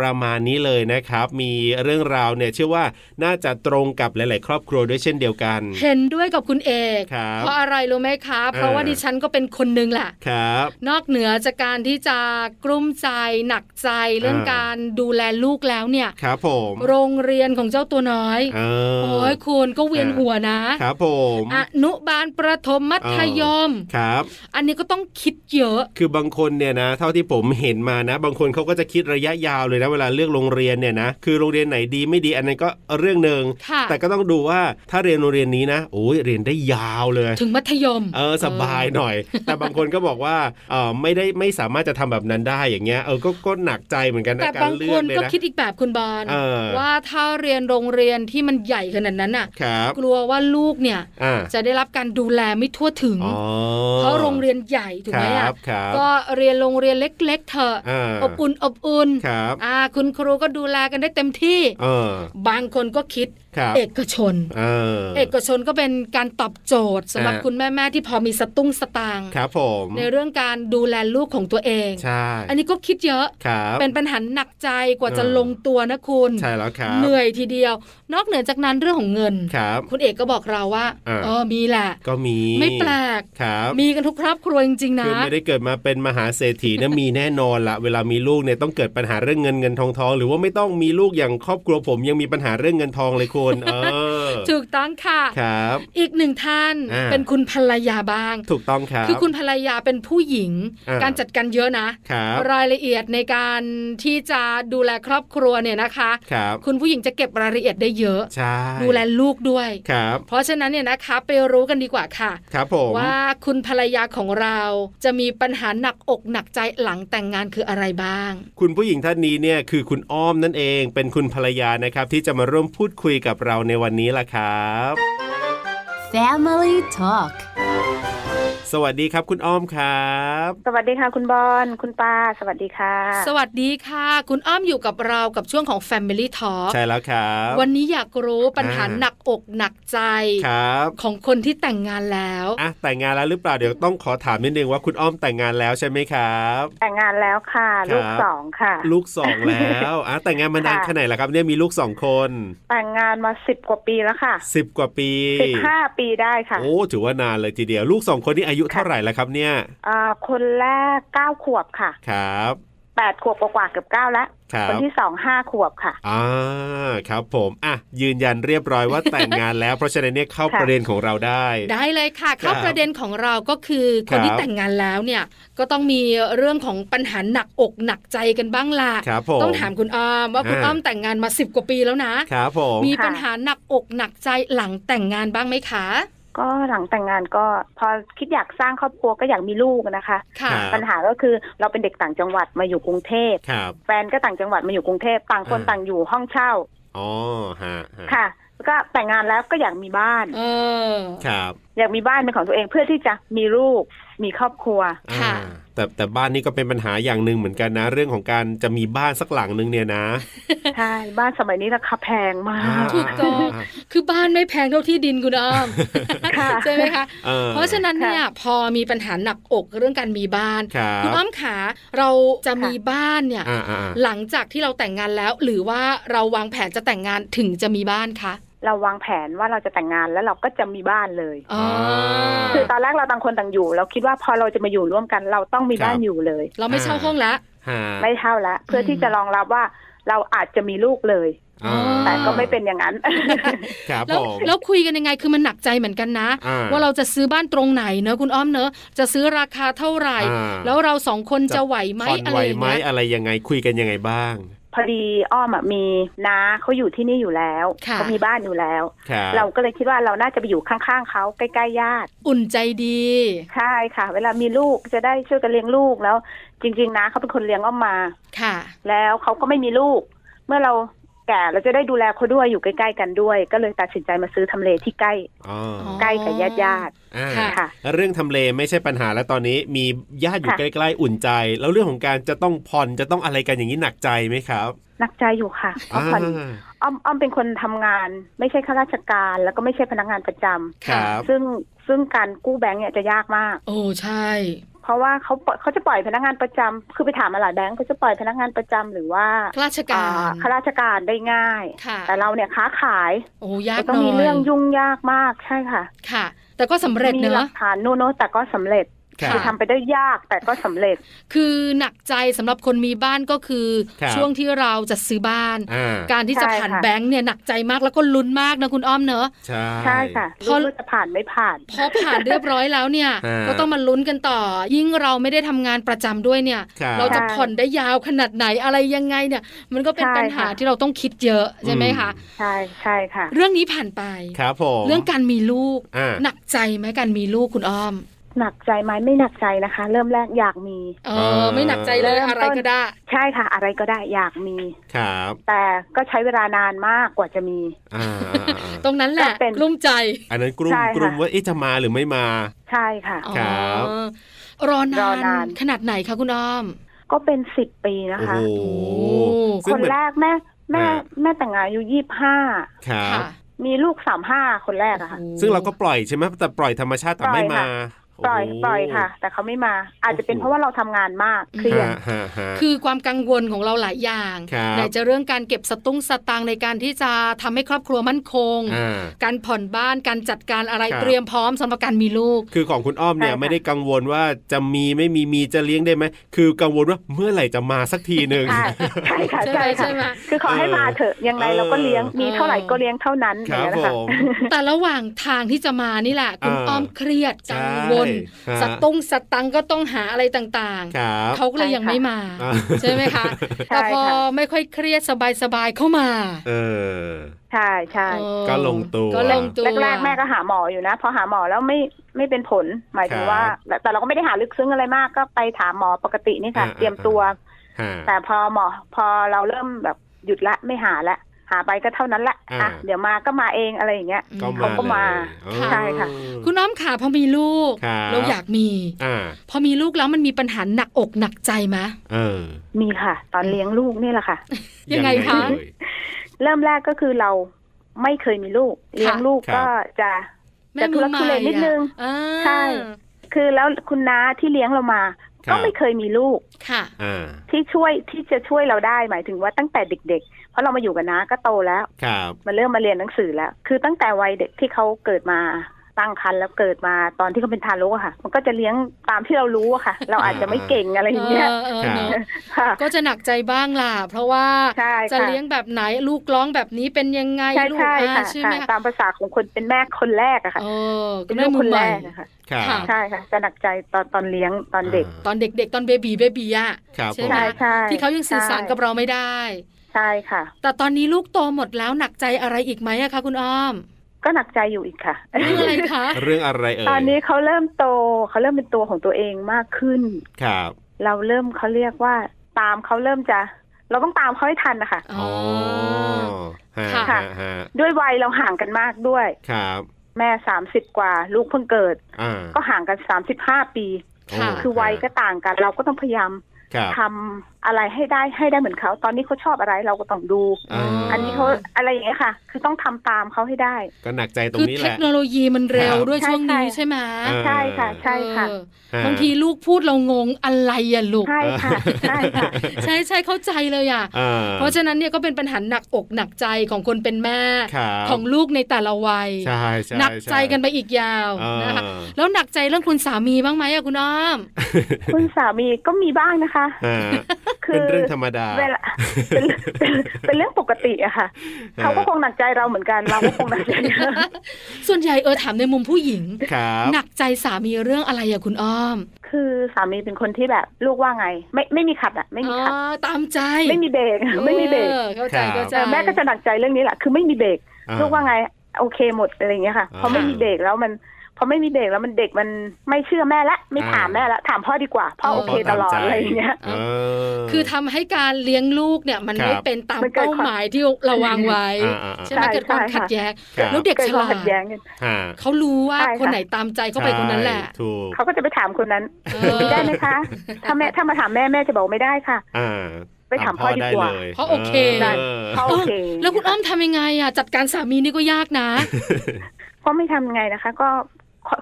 [SPEAKER 2] ประมาณนี้เลยนะครับ มีเรื่องราวเนี่ยเชื่อว่าน่าจะตรงกับหลาย ๆ ครอบครัวด้วยเช่นเดียวกัน
[SPEAKER 1] เห็นด้วยกับคุณเอก
[SPEAKER 2] ครับ
[SPEAKER 1] เพราะอะไรรู้ไหมคะเพราะว่า
[SPEAKER 2] เออ
[SPEAKER 1] ดิฉันก็เป็นคนหนึงแหละ
[SPEAKER 2] ครับ
[SPEAKER 1] นอกเหนือจากการที่จะกลุ้มใจหนักใจเรื่อง
[SPEAKER 2] เออ
[SPEAKER 1] การดูแลลูกแล้วเนี่ย
[SPEAKER 2] ครับผม
[SPEAKER 1] โรงเรียนของเจ้าตัวน้อย
[SPEAKER 2] เอ
[SPEAKER 1] โอ้
[SPEAKER 2] อย
[SPEAKER 1] คุณก็เวียนหัวนะครับ
[SPEAKER 2] ผม
[SPEAKER 1] อนุบาลประถมมัธยม
[SPEAKER 2] ครับ
[SPEAKER 1] อันนี้ก็ต้องคิดเยอะ
[SPEAKER 2] คือบางคนเนี่ยนะเท่าที่ผมเห็นมานะ บางคนเขาก็จะคิดระยะยาวเลยนะเวลาเลือกโรงเรียนเนี่ยนะคือโรงเรียนไหนดีไม่ดีอันนั้นก็เรื่องหนึ่ง
[SPEAKER 1] ค่ะ
[SPEAKER 2] แต่ก็ต้องดูว่าถ้าเรียนโรงเรียนนี้นะโอ้ยเรียนได้ยาวเลย
[SPEAKER 1] ถึงมัธยม
[SPEAKER 2] เออสบายหน่อย แต่บางคนก็บอกว่าเออไม่ได้ไม่สามารถจะทำแบบนั้นได้อย่างเงี้ยเออก็ก็หนักใจเหมือนกันนะ
[SPEAKER 1] แต่
[SPEAKER 2] กา
[SPEAKER 1] บา
[SPEAKER 2] รง เลื
[SPEAKER 1] ค
[SPEAKER 2] อก
[SPEAKER 1] น
[SPEAKER 2] เนี่ย
[SPEAKER 1] ก็
[SPEAKER 2] นะ
[SPEAKER 1] คิดอีกแบบคุณบอล
[SPEAKER 2] เออ
[SPEAKER 1] ว่าถ้าเรียนโรงเรียนที่มันใหญ่ขนาดนั้นน่ะ
[SPEAKER 2] ครับ
[SPEAKER 1] กลัวว่าลูกเนี่ย
[SPEAKER 2] อ่า
[SPEAKER 1] จะได้รับการดูแลไม่ทั่วถึง
[SPEAKER 2] อ๋อ
[SPEAKER 1] เพราะโรงเรียนใหญ่ถูกไหม
[SPEAKER 2] ค
[SPEAKER 1] อ่ะ
[SPEAKER 2] รับครับ
[SPEAKER 1] ก็เรียนโรงเรียนเล็ก ๆ เถอะ
[SPEAKER 2] อ่า
[SPEAKER 1] อบอุ่นอบอุ่น
[SPEAKER 2] ครับ
[SPEAKER 1] อ่าคุณครูก็ดูแลกันได้เต็มที่
[SPEAKER 2] เออบ
[SPEAKER 1] างคนก็คิด
[SPEAKER 2] ครับ
[SPEAKER 1] เอกชน
[SPEAKER 2] เออ
[SPEAKER 1] เอกชนก็เป็นการตอบโจทย์สำหรับ
[SPEAKER 2] อ่า
[SPEAKER 1] คุณแม่ๆที่พอมีสตุ้งสตางค์
[SPEAKER 2] ครับผม
[SPEAKER 1] ในเรื่องการดูแลลูกของตัวเอง
[SPEAKER 2] ใช่
[SPEAKER 1] อันนี้ก็คิดเยอะ
[SPEAKER 2] ครับ
[SPEAKER 1] เป็นปัญหาหนักใจกว่าจะ
[SPEAKER 2] เออ
[SPEAKER 1] ลงตัวนะคุณ
[SPEAKER 2] ใช่แล้วครับ
[SPEAKER 1] เหนื่อยทีเดียว นอกเหนือจากนั้นเรื่องของเงิน
[SPEAKER 2] ครับ
[SPEAKER 1] คุณเอกก็บอกเราว่า
[SPEAKER 2] อ่า
[SPEAKER 1] เออมีแหละ
[SPEAKER 2] ก็มี
[SPEAKER 1] ไม่แปลก
[SPEAKER 2] ครับ
[SPEAKER 1] มีกันทุกครอบครัวจริงๆนะ
[SPEAKER 2] คือไม่ได้เกิดมาเป็นมหาเศรษฐี นะ มีแน่นอนละเวลามีลูกเนี่ยต้องเกิดปัญหาเรื่องเงินเงินทองทองหรือว่าไม่ต้องมีลูกอย่างครอบครัวผมยังมีปัญหาเรื่องเงินทองเลยคุณเออ
[SPEAKER 1] ถูกต้องค่ะ
[SPEAKER 2] ครับ
[SPEAKER 1] อีกหนึ่งท่าน
[SPEAKER 2] อ่า
[SPEAKER 1] เป็นคุณภรรยาบ้าง
[SPEAKER 2] ถูกต้องครับ
[SPEAKER 1] คือคุณภรรยาเป็นผู้หญิง
[SPEAKER 2] อ่า
[SPEAKER 1] การจัดการเยอะนะ
[SPEAKER 2] ครับ
[SPEAKER 1] รายละเอียดในการที่จะดูแลครอบครัวเนี่ยนะคะ
[SPEAKER 2] ครับ
[SPEAKER 1] คุณผู้หญิงจะเก็บรายละเอียดได้เยอะ
[SPEAKER 2] ใช่
[SPEAKER 1] ดูแลลูกด้วย
[SPEAKER 2] ครับ
[SPEAKER 1] เพราะฉะนั้นเนี่ยนะคะไปรู้กันดีกว่าค่ะ
[SPEAKER 2] ครับผม
[SPEAKER 1] ว่าคุณภรรยาของเราจะมีปัญหาหนักอกหนักใจหลังแต่งงานคืออะไรบ้าง
[SPEAKER 2] คุณผู้หญิงท่านนี้เนี่ยคือคุณอ้อมนั่นเอง เป็นคุณภรรยานะครับ ที่จะมาร่วมพูดคุยกับเราในวันนี้ล่ะครับ
[SPEAKER 4] Family Talk
[SPEAKER 2] สวัสดีครับ คุณอ้อมครับ
[SPEAKER 6] สวัสดีค่ะคุณบอลคุณปาสวัสดีค่ะ
[SPEAKER 1] สวัสดีค่ะ คุณอ้อมอยู่กับเรากับช่วงของ Family Talk
[SPEAKER 2] ใช่แล้วครับ
[SPEAKER 1] วันนี้อยากรู้ปัญหา
[SPEAKER 2] อ่า
[SPEAKER 1] หนักอกหนักใจ
[SPEAKER 2] ครับ
[SPEAKER 1] ของคนที่แต่งงานแล้ว
[SPEAKER 2] อ่ะแต่งงานแล้วหรือเปล่าเดี๋ยวต้องขอถามนิดนึงว่าคุณอ้อมแต่งงานแล้วใช่ไหมครับ
[SPEAKER 6] แต่งงานแล้วค่ะ
[SPEAKER 2] ครับ
[SPEAKER 6] ลูกสองค่ะ
[SPEAKER 2] ลูกสองแล้วอ่ะแต่งงานมานาน
[SPEAKER 6] ค่ะ
[SPEAKER 2] ขนาดไหนแล้วครับเนี่ยมีลูกสองคน
[SPEAKER 6] แต่งงานมาสิบกว่าปีแล้วค่ะ
[SPEAKER 2] สิบกว่าปี
[SPEAKER 6] สิบห้าปีได้ค่ะ
[SPEAKER 2] โอ้ถือว่านานเลยทีเดียว ลูกสองคนนี่อายุเท่าไหร่แล้วครับเนี่ย
[SPEAKER 6] อ่าคนแรกเก้าขวบค่ะ
[SPEAKER 2] ครับ
[SPEAKER 6] แป แปดขวบกว่าๆเกือบเก้าแล้ว
[SPEAKER 2] ครับ
[SPEAKER 6] นที่สองห้าขวบค่ะ
[SPEAKER 2] อ่าครับผมอ่ะยืนยันเรียบร้อยว่าแต่งงานแล้ว เพราะฉะนั้นเนี่ยเข้า
[SPEAKER 6] ค่ะ
[SPEAKER 2] ประเด็นของเราได้
[SPEAKER 1] ได้เลยค่ะเข้า
[SPEAKER 2] ครับ
[SPEAKER 1] ประเด็นของเราก็คือคนที่
[SPEAKER 2] ครับ
[SPEAKER 1] แต่งงานแล้วเนี่ยก็ต้องมีเรื่องของปัญหาหนักอกหนักใจกันบ้างล่ะ
[SPEAKER 2] ครับผม
[SPEAKER 1] ต้องถามคุณอ้อมว่าคุณ
[SPEAKER 2] อ่า
[SPEAKER 1] อ้อมแต่งงานมาสิบกว่าปีแล้วนะ
[SPEAKER 2] ครับผม
[SPEAKER 1] มี
[SPEAKER 6] ค่ะ
[SPEAKER 1] ปัญหาหนักอกหนักใจหลังแต่งงานบ้างไหมคะ
[SPEAKER 6] ก็หลังแต่งงานก็พอคิดอยากสร้างครอบครัวก็อยากมีลูกนะคะ
[SPEAKER 1] ค่ะ
[SPEAKER 2] ครับ
[SPEAKER 6] ปัญหาก็คือเราเป็นเด็กต่างจังหวัดมาอยู่กรุงเทพ
[SPEAKER 2] ครับ
[SPEAKER 6] แฟนก็ต่างจังหวัดมาอยู่กรุงเทพต่างคน
[SPEAKER 2] อ่า
[SPEAKER 6] ต่างอยู่ห้องเช่า
[SPEAKER 2] อ๋อฮะฮะ
[SPEAKER 6] ค่ะแล้วก็แต่งงานแล้วก็อยากมีบ้าน
[SPEAKER 1] เออ
[SPEAKER 2] ครับ
[SPEAKER 6] อยากมีบ้านเป็นของตัวเองเพื่อที่จะมีลูกมีครอบครัว
[SPEAKER 1] ค่ะ
[SPEAKER 2] อ่าแต่แต่บ้านนี่ก็เป็นปัญหาอย่างหนึ่งเหมือนกันนะ เรื่องของการจะมีบ้านสักหลังหนึ่งเนี่ยนะ
[SPEAKER 6] ใช่บ้านสมัยนี้ราคาแพงมาก
[SPEAKER 1] ถูกต้อง
[SPEAKER 2] า
[SPEAKER 1] คือบ้านไม่แพงเท่าที่ดินคุณอ้อม
[SPEAKER 6] ค่ะ
[SPEAKER 1] ใช่ไหมคะ
[SPEAKER 2] เออ
[SPEAKER 1] เพราะฉะนั้นเนี่ยพอมีปัญหาหนักอกเรื่องการมีบ้าน
[SPEAKER 2] ครับ
[SPEAKER 1] คุณอ้อมขาเราจะมีบ้านเนี่ย
[SPEAKER 2] อ่าอ่าอ่า
[SPEAKER 1] หลังจากที่เราแต่งงานแล้ว หรือว่าเราวางแผนจะแต่งงานถึงจะมีบ้านคะ
[SPEAKER 6] เราวางแผนว่าเราจะแต่งงานแล้วเราก็จะมีบ้านเลย
[SPEAKER 1] อ๋ออา
[SPEAKER 6] คือตอนแรกเราต่างคนต่างอยู่ เราคิดว่าพอเราจะมาอยู่ร่วมกัน เราต้องมี
[SPEAKER 2] ครับ
[SPEAKER 6] บ้านอยู่เลย
[SPEAKER 1] เราไม่เช่าห้องแล้ว
[SPEAKER 2] ฮะ
[SPEAKER 6] ไม่เท่าละเพื่อที่จะรองรับว่าเราอาจจะมีลูกเลย
[SPEAKER 2] อ่า
[SPEAKER 6] แต่ก็ไม่เป็นอย่างนั้น
[SPEAKER 2] ครับ
[SPEAKER 1] แล้ว
[SPEAKER 2] ผม
[SPEAKER 1] แล้วคุยกันยังไงคือมันหนักใจเหมือนกันนะ
[SPEAKER 2] อ่
[SPEAKER 1] ว่าเราจะซื้อบ้านตรงไหนเนอะคุณอ้อมเนอะจะซื้อราคาเท่าไหร่
[SPEAKER 2] อ่า
[SPEAKER 1] แล้วเราสองคนจะไหวไหม
[SPEAKER 2] ผ่อน
[SPEAKER 1] อะ
[SPEAKER 2] ไหว
[SPEAKER 1] ไรอย่าง
[SPEAKER 2] ไหม
[SPEAKER 1] เงี้ย
[SPEAKER 2] อะไรยังไงคุยกันยังไงบ้าง
[SPEAKER 6] พอดีอ้อมอะมีน้าเขาอยู่ที่นี่อยู่แล้ว
[SPEAKER 1] ค่ะ
[SPEAKER 6] เขามีบ้านอยู่แล้ว
[SPEAKER 2] ครับ
[SPEAKER 6] เราก็เลยคิดว่าเราน่าจะไปอยู่ข้างๆเขาใกล้ๆญาติ
[SPEAKER 1] อุ่นใจดี
[SPEAKER 6] ใช่ค่ะ เวลามีลูกจะได้ช่วยกันเลี้ยงลูกแล้ว จริง ๆนะเขาเป็นคนเลี้ยงอ้อมมา
[SPEAKER 1] ค่ะ
[SPEAKER 6] แล้วเขาก็ไม่มีลูก เมื่อเราแก่เราจะได้ดูแลเขาด้วยอยู่ใกล้ ๆ กันด้วย ก็เลยตัดสินใจมาซื้อทำเลที่ใกล้
[SPEAKER 2] อ๋อ
[SPEAKER 1] อ
[SPEAKER 6] ใกล้กับญาติญาติ
[SPEAKER 2] อ่า
[SPEAKER 1] ค่ะ
[SPEAKER 6] ๆค่ะ
[SPEAKER 2] เรื่องทำเลไม่ใช่ปัญหาแล้วตอนนี้มีญาติอยู่
[SPEAKER 6] ค่ะ
[SPEAKER 2] ใกล้ๆอุ่นใจ แล้วเรื่องของการจะต้องผ่อนจะต้องอะไรกันอย่างนี้หนักใจไหมครับ
[SPEAKER 6] นักใจอยู่ค่ะอ้อม
[SPEAKER 2] อ่า
[SPEAKER 6] ผ่อนอ้อมอ้อมเป็นคนทำงาน ไม่ใช่ข้าราชการ แล้วก็ไม่ใช่พนักงานประจำ
[SPEAKER 2] ครับ
[SPEAKER 6] ซึ่งซึ่งการกู้แบงก์เนี่ยจะยากมาก
[SPEAKER 1] โอ้ใช่
[SPEAKER 6] เพราะว่าเขาปล่อยเขาจะปล่อยพนักงานประจำคือไปถามมาหลายแบงก์เขาจะปล่อยพนักงานประจำหรือว่า
[SPEAKER 1] ราชการ
[SPEAKER 6] อ่ข้าราชการได้ง่าย
[SPEAKER 1] ค่ะ
[SPEAKER 6] แต่เราเนี่ยค้าขาย
[SPEAKER 1] โอ้ยาก
[SPEAKER 6] จะ
[SPEAKER 1] ห
[SPEAKER 6] ต้อง
[SPEAKER 1] น่
[SPEAKER 6] มี
[SPEAKER 1] อย
[SPEAKER 6] เรื่องยุ่งยากมากใช่ค่ะ
[SPEAKER 1] ค่ะ แต่ก็สำเร็จ
[SPEAKER 6] มี
[SPEAKER 1] เน
[SPEAKER 6] หลั
[SPEAKER 1] อะ
[SPEAKER 6] กฐานนู่นโน้นแต่ก็สำเร็จ
[SPEAKER 2] ค่ะ
[SPEAKER 6] คือทำไปได้ยากแต่ก็สำเร็จ
[SPEAKER 1] คือหนักใจสำหรับคนมีบ้านก็คือ
[SPEAKER 2] ครับ
[SPEAKER 1] ช่วงที่เราจะซื้อบ้าน
[SPEAKER 2] อ่า
[SPEAKER 1] การที่จะ
[SPEAKER 6] ใช่
[SPEAKER 1] ผ่าน
[SPEAKER 6] ค่ะ
[SPEAKER 1] แบงค์เนี่ยหนักใจมากแล้วก็ลุ้นมากนะคุณอ้อมเนอะ
[SPEAKER 2] ใช่
[SPEAKER 6] ใช่ค่ะ
[SPEAKER 1] พอ
[SPEAKER 6] รู้ว่าจะผ่านไม่ผ่าน
[SPEAKER 1] พอผ่านเรียบร้อยแล้ว เนี่ย
[SPEAKER 2] ฮะ
[SPEAKER 1] ก็ต้องมาลุ้นกันต่อ ยิ่งเราไม่ได้ทำงานประจำด้วยเนี่ย
[SPEAKER 2] ครับ
[SPEAKER 1] เราจะ
[SPEAKER 6] ใช่
[SPEAKER 1] ผ่อนได้ยาวขนาดไหนอะไรยังไงเนี่ย มันก็เป็น
[SPEAKER 6] ใช่
[SPEAKER 1] ปัญหา
[SPEAKER 6] ค่ะ
[SPEAKER 1] ที่เราต้องคิดเยอะใช่ไหม
[SPEAKER 2] อืม
[SPEAKER 1] คะ
[SPEAKER 6] ใช่ใช่ค่ะ
[SPEAKER 1] เรื่องนี้ผ่านไป
[SPEAKER 2] ครับผม
[SPEAKER 1] เรื่องการมีลูก
[SPEAKER 2] อ่า
[SPEAKER 1] หนักใจไหมการมีลูกคุณอ้อม
[SPEAKER 6] หนักใจไหมไม่หนักใจนะคะ เริ่มแรกอยากมี
[SPEAKER 1] เอ
[SPEAKER 2] เอ
[SPEAKER 1] อ
[SPEAKER 2] อ
[SPEAKER 1] ไม่หนักใจเลย
[SPEAKER 6] เริ่มต้น
[SPEAKER 1] อะไรก็ได้
[SPEAKER 6] ใช่ค่ะ อะไรก็ได้อยากมี
[SPEAKER 2] ครับ
[SPEAKER 6] แต่ก็ใช้เวลานานมากกว่าจะมี
[SPEAKER 2] อ่า
[SPEAKER 1] ตรงนั้นแหละ
[SPEAKER 6] ก็เป็น
[SPEAKER 1] รุ่มใจ
[SPEAKER 2] อันนั้นกลุ่ม
[SPEAKER 6] ใช่ค่ะ
[SPEAKER 2] กลุ่มว่าเอ๊ะจะมาหรือไม่มา
[SPEAKER 6] ใช่ค่ะ
[SPEAKER 1] อ๋อ
[SPEAKER 2] ครับ
[SPEAKER 1] รอนาร
[SPEAKER 6] อน นาน
[SPEAKER 1] ขนาดไหนคะคุณอ้อม
[SPEAKER 6] ก็เป็นสิบปีนะ
[SPEAKER 2] โอ้
[SPEAKER 6] คะ
[SPEAKER 2] โห
[SPEAKER 1] โอ้
[SPEAKER 2] ซึ่ง
[SPEAKER 6] คน
[SPEAKER 2] เหมือน
[SPEAKER 6] แรกแม่แม่
[SPEAKER 2] อ่า
[SPEAKER 6] แม่แต่งงานอายุยี่ห้า
[SPEAKER 2] ครับ
[SPEAKER 1] ค่ะ
[SPEAKER 6] มีลูกสามห้าคนแรกอะค่ะ
[SPEAKER 1] โอ้โห
[SPEAKER 2] ซึ่งเราก็ปล่อยใช่ไหมแต่ปล่อยธรรมชาติแต่ไม่มา
[SPEAKER 6] ปล่อย
[SPEAKER 2] โโห
[SPEAKER 6] ปล่อยค่ะ แต่เขาไม่มา อาจจะเป็น
[SPEAKER 2] โอ้โห
[SPEAKER 6] เพราะว่าเราทำงานมากเครียด
[SPEAKER 2] ฮะฮะฮะ
[SPEAKER 1] คือความกังวลของเราหลายอย่าง
[SPEAKER 2] ครับ
[SPEAKER 1] ไหนจะเรื่องการเก็บสตุ้งสตางค์ในการที่จะทำให้ครอบครัวมั่นคง
[SPEAKER 2] อ่า
[SPEAKER 1] การผ่อนบ้านการจัดการอะไร
[SPEAKER 2] ครับ
[SPEAKER 1] เตรียมพร้อมสำหรับการมีลูก
[SPEAKER 2] คือของคุณอ้อมเนี่ย
[SPEAKER 6] ใช่ค่ะ
[SPEAKER 2] ไม่ได้กังวลว่าจะมีไม่มีมีจะเลี้ยงได้ไหม คือกังวลว่าเมื่อไหร่จะมาสักทีหนึ่ง
[SPEAKER 6] ใช่ใช่ค่ะใช่
[SPEAKER 1] ใช่
[SPEAKER 6] ค่ะ
[SPEAKER 1] ไหม
[SPEAKER 6] คือขอให้มาเถอะยังไงเราก็เลี้ยง
[SPEAKER 2] เออ
[SPEAKER 6] มีเท่าไหร่ก็เลี้ยงเท่านั้นอ
[SPEAKER 2] ค
[SPEAKER 6] ย่าง
[SPEAKER 2] รับ
[SPEAKER 6] เงี้
[SPEAKER 2] ผ
[SPEAKER 6] ยนะคะ
[SPEAKER 2] ม
[SPEAKER 1] แต่ระหว่างทางที่จะมานี่แหละ คุณ
[SPEAKER 2] อ่า
[SPEAKER 1] อ้อมเครียด
[SPEAKER 2] ใช่
[SPEAKER 1] กังวล
[SPEAKER 2] ฮะ
[SPEAKER 1] สตุ้งสตังค์ก็ต้องหาอะไรต่าง
[SPEAKER 2] ครับ
[SPEAKER 1] ๆเขาก็เลยยังไม่มา
[SPEAKER 2] อ่า
[SPEAKER 1] ใช่ไหมคะ
[SPEAKER 6] ใช่
[SPEAKER 1] แต่พอ
[SPEAKER 6] ค่ะ
[SPEAKER 1] ไม่ค่อยเครียดสบายๆเข้ามา
[SPEAKER 2] เออ
[SPEAKER 6] ใช่ใช่
[SPEAKER 1] เออ
[SPEAKER 2] ก็ลงตัว
[SPEAKER 1] ก็ลงตัว
[SPEAKER 6] แรกๆแม่ก็หาหมออยู่นะ พอหาหมอแล้วไม่ไม่เป็นผลหมายถึ
[SPEAKER 2] ค
[SPEAKER 6] ง
[SPEAKER 2] รับ
[SPEAKER 6] ว่าแต่แต่เราก็ไม่ได้หาลึกซึ้งอะไรมากก็ไปถามหมอปกตินี่ค่ะ
[SPEAKER 2] อ่า
[SPEAKER 6] เตรียมตัว
[SPEAKER 2] ฮะ
[SPEAKER 6] แต่พอหมอพอเราเริ่มแบบหยุดละไม่หาละหาไปก็เท่านั้นแหละ
[SPEAKER 2] อ่า
[SPEAKER 6] อ่ะเดี๋ยวมาก็มาเองอะไรอย่างเงี้ย
[SPEAKER 2] ก็
[SPEAKER 6] เขาก็
[SPEAKER 2] มาเล
[SPEAKER 6] มา
[SPEAKER 2] ย
[SPEAKER 6] ใช่ค่ะ
[SPEAKER 1] คุณน้อมขาพอมีลูก
[SPEAKER 2] ครับ
[SPEAKER 1] เราอยากมี
[SPEAKER 2] อ่า
[SPEAKER 1] พอมีลูกแล้วมันมีปัญหาหนักอกหนักใจไหม
[SPEAKER 2] เออ
[SPEAKER 6] มีค่ะ ตอนเลี้ยงลูกนี่แหละค่ะ
[SPEAKER 1] ยังไงคะ
[SPEAKER 2] เอ่ย
[SPEAKER 6] เริ่มแรกก็คือเราไม่เคยมีลูก เลี้ยงลูก
[SPEAKER 2] ครับ
[SPEAKER 6] ก็จะ
[SPEAKER 1] แม่มือใหม่
[SPEAKER 6] แต่ทุลักทุเลนิดนึง
[SPEAKER 1] อ่า
[SPEAKER 6] ใช่ คือแล้วคุณน้าที่เลี้ยงเรามา
[SPEAKER 2] ครั
[SPEAKER 6] ก็
[SPEAKER 2] บ
[SPEAKER 6] ไม่เคยมีลูก
[SPEAKER 1] ค่ะ
[SPEAKER 2] อ่า
[SPEAKER 6] ที่ช่วยที่จะช่วยเราได้หมายถึงว่าตั้งแต่เด็ก ๆ เพราะเรามาอยู่กับน้าก็โตแล้ว
[SPEAKER 2] ครับ
[SPEAKER 6] มาเริ่มมาเรียนหนังสือแล้ว คือตั้งแต่วัยเด็กที่เขาเกิดมา ตั้งครรภ์แล้วเกิดมาตอนที่เขาเป็นทารกอะค่ะ มันก็จะเลี้ยงตามที่เรารู้อะค่ะ เราอาจจะไม่เก่ง อะไรอย่างเงี้ย
[SPEAKER 1] เออเออเนอะ
[SPEAKER 6] ค่ะ
[SPEAKER 1] ก็จะหนักใจบ้างล่ะ เพราะว่า
[SPEAKER 6] ใช่
[SPEAKER 1] จะ
[SPEAKER 6] ค่ะ
[SPEAKER 1] เลี้ยงแบบไหนลูกร้องแบบนี้เป็นยังไง
[SPEAKER 6] ใช่
[SPEAKER 1] ลูก
[SPEAKER 6] ใช่
[SPEAKER 1] อ่า
[SPEAKER 6] ค่ะ
[SPEAKER 1] ใช่ไหมคะ
[SPEAKER 6] ค่ะตามภาษาของคนเป็นแม่คนแรกอะค่ะ
[SPEAKER 1] เออ
[SPEAKER 6] เป็
[SPEAKER 1] ก็
[SPEAKER 6] น
[SPEAKER 1] ได้
[SPEAKER 6] ลูก
[SPEAKER 1] มุ
[SPEAKER 6] ค
[SPEAKER 1] ม
[SPEAKER 6] น
[SPEAKER 1] ให
[SPEAKER 6] แร
[SPEAKER 1] ม่
[SPEAKER 6] กอะค่ะ
[SPEAKER 2] ครับ
[SPEAKER 1] ค่ะ
[SPEAKER 6] ใช่ค่ะจะหนักใจตอนตอนเลี้ยงตอนเด็ก
[SPEAKER 1] ตอนเด็กๆ ตอนเบบีเบบีอะ
[SPEAKER 2] ครับ
[SPEAKER 1] ใช่
[SPEAKER 2] ผม
[SPEAKER 1] ไหม
[SPEAKER 6] ใช่ใช่
[SPEAKER 1] ที่เขายังสื่อสาร
[SPEAKER 6] ใช่
[SPEAKER 1] กับเราไม่ได้
[SPEAKER 6] ใช่ค่ะ
[SPEAKER 1] แต่ตอนนี้ลูกโตหมดแล้วหนักใจอะไรอีกไหมอะคะคุณอ้อม
[SPEAKER 6] ก็หนักใจอยู่อีกค่ะ
[SPEAKER 1] เรื่องอะไรคะ
[SPEAKER 2] เรื่องอะไรเอ่ย
[SPEAKER 6] ตอนนี้เขาเริ่มโตเขาเริ่มเป็นตัวของตัวเองมากขึ้น
[SPEAKER 2] ครับ
[SPEAKER 6] เราเริ่มเขาเรียกว่าตามเขาเริ่มจะ เราต้องตามเขาให้ทันนะคะ
[SPEAKER 2] อ๋อฮะ
[SPEAKER 1] ค่ะ
[SPEAKER 2] ฮะฮะ
[SPEAKER 6] ด้วยวัยเราห่างกันมากด้วย
[SPEAKER 2] ครับ
[SPEAKER 6] แม่สามสิบกว่า ลูกเพิ่งเกิด
[SPEAKER 2] อ่า
[SPEAKER 6] ก็ห่างกันสามสิบห้าปี
[SPEAKER 2] โอ้
[SPEAKER 1] ค่ะ
[SPEAKER 6] คือวัยก็ต่างกัน เราก็ต้องพยายาม
[SPEAKER 2] ครับ
[SPEAKER 6] ทำอะไรให้ได้ให้ได้เหมือนเขา ตอนนี้เขาชอบอะไรเราก็ต้องดู
[SPEAKER 2] า
[SPEAKER 6] อันนี้เขาอะไรอย่างเงี้ยค่ะ คือต้องทำตามเขาให้ได้
[SPEAKER 2] ก็หนักใจตร
[SPEAKER 1] คื
[SPEAKER 2] ง
[SPEAKER 1] อ
[SPEAKER 2] นี้แห
[SPEAKER 1] เท
[SPEAKER 2] ละ
[SPEAKER 1] คโนโลยีมันเร็ว
[SPEAKER 2] ครับ
[SPEAKER 1] ด้วยช่วงนี้
[SPEAKER 6] ใช่ใช่
[SPEAKER 1] ใช่ไหม
[SPEAKER 2] อ่า
[SPEAKER 6] ใช่ค่ะ ใช่ค่ะ
[SPEAKER 1] เออ
[SPEAKER 2] ฮะ
[SPEAKER 1] บางทีลูกพูดเรางงอะไรอะลูก
[SPEAKER 6] ใช่ค่ะ ใช่ค่ะ
[SPEAKER 1] ใช่ใช่เข้าใจเลยอะ
[SPEAKER 2] อ่
[SPEAKER 1] เพราะฉะนั้นเนี่ยก็เป็นปัญหาหนักอกหนักใจของคนเป็นแม่
[SPEAKER 2] ครับ
[SPEAKER 1] ของลูกในแต่ละวัย
[SPEAKER 2] ใช่ใช่
[SPEAKER 1] หนักใจกันไปอีกยาว
[SPEAKER 2] อ่าน
[SPEAKER 1] นะคะแล้วหนักใจเรื่องคุณสามีบ้างไหมอะคุณอ้อม
[SPEAKER 6] คุณสามีก็มีบ้างนะคะ
[SPEAKER 2] ฮะ
[SPEAKER 6] คือ
[SPEAKER 2] เป็นเรื่องธรรมดา
[SPEAKER 6] เวลา เป็นเป็นเป็นเรื่องปกติอะค่ะ
[SPEAKER 2] ฮะ
[SPEAKER 6] เขาก็คงหนักใจเราเหมือนกัน เราก็คงหนักใจ
[SPEAKER 1] ส่วนใหญ่เออถามในมุมผู้หญิง
[SPEAKER 2] ครับ
[SPEAKER 1] หนักใจสามีเรื่องอะไรอะคุณอ้อม
[SPEAKER 6] คือสามีเป็นคนที่แบบลูกว่าไง ไม่ไม่มีขัดอะไม่มี
[SPEAKER 1] อ๋อ
[SPEAKER 6] ขัด
[SPEAKER 1] ตามใจ
[SPEAKER 6] ไม่มีเบรกไม่มีเบรก
[SPEAKER 1] ออเข้าใจ
[SPEAKER 2] ครับ
[SPEAKER 1] เข้าใจ
[SPEAKER 6] เออแม่ก็จะหนักใจเรื่องนี้แหละคือไม่มีเบรก
[SPEAKER 2] อ่
[SPEAKER 6] ลูกว่าไง โอเคหมดอะไรอย่างเงี้ยค่ะ
[SPEAKER 2] อ่า
[SPEAKER 6] พอไม่มีเบรกแล้วมันพอไม่มีเบรกแล้วมันเด็กมันไม่เชื่อแม่ละไม่ถาม
[SPEAKER 2] อ่า
[SPEAKER 6] แม่ละถามพ่อดีกว่าพ่อ
[SPEAKER 1] เออ
[SPEAKER 6] โอเคตลอดอะไรอย่างเงี้ย
[SPEAKER 2] เออ
[SPEAKER 1] คือทำให้การเลี้ยงลูกเนี่ยมัน
[SPEAKER 2] ครับ
[SPEAKER 1] ไม่เป็นตาม
[SPEAKER 6] มันเกิด
[SPEAKER 1] เป้าหมายที่เราวางไว้
[SPEAKER 2] อ่าอ่าอ่า
[SPEAKER 1] ใช่ไหม
[SPEAKER 6] ใช่
[SPEAKER 1] เกิดความ
[SPEAKER 6] ใช่
[SPEAKER 1] ขัด
[SPEAKER 6] ค่ะ
[SPEAKER 1] แย้ง
[SPEAKER 2] ครับ
[SPEAKER 1] แล้วเด็ก
[SPEAKER 6] เกิด
[SPEAKER 1] ฉ
[SPEAKER 6] ความ
[SPEAKER 1] ลาด
[SPEAKER 6] ขัดแย้งกัน
[SPEAKER 2] ฮะ
[SPEAKER 1] เขารู้ว่า
[SPEAKER 6] ใช่ค่ะ
[SPEAKER 1] คนไหนตามใจเขาไปคนนั้นแหละ
[SPEAKER 2] ใช่ถูก
[SPEAKER 6] เขาก็จะไปถามคนนั้น
[SPEAKER 1] เออ
[SPEAKER 6] ได้ไหมคะ ถ้าแม่ถ้ามาถามแม่แม่จะบอกไม่ได้ค่ะ
[SPEAKER 2] อ่า
[SPEAKER 6] ไปถามพ่อดีกว่า
[SPEAKER 2] ได้ลย
[SPEAKER 1] เพราะโอเค
[SPEAKER 2] เออ
[SPEAKER 6] พ่อโอเค
[SPEAKER 1] แล้วคุณอ้อมทำยังไงอะจัดการสามีนี่ก็ยากนะ
[SPEAKER 6] ก็ไม่ทำไงนะคะ ก็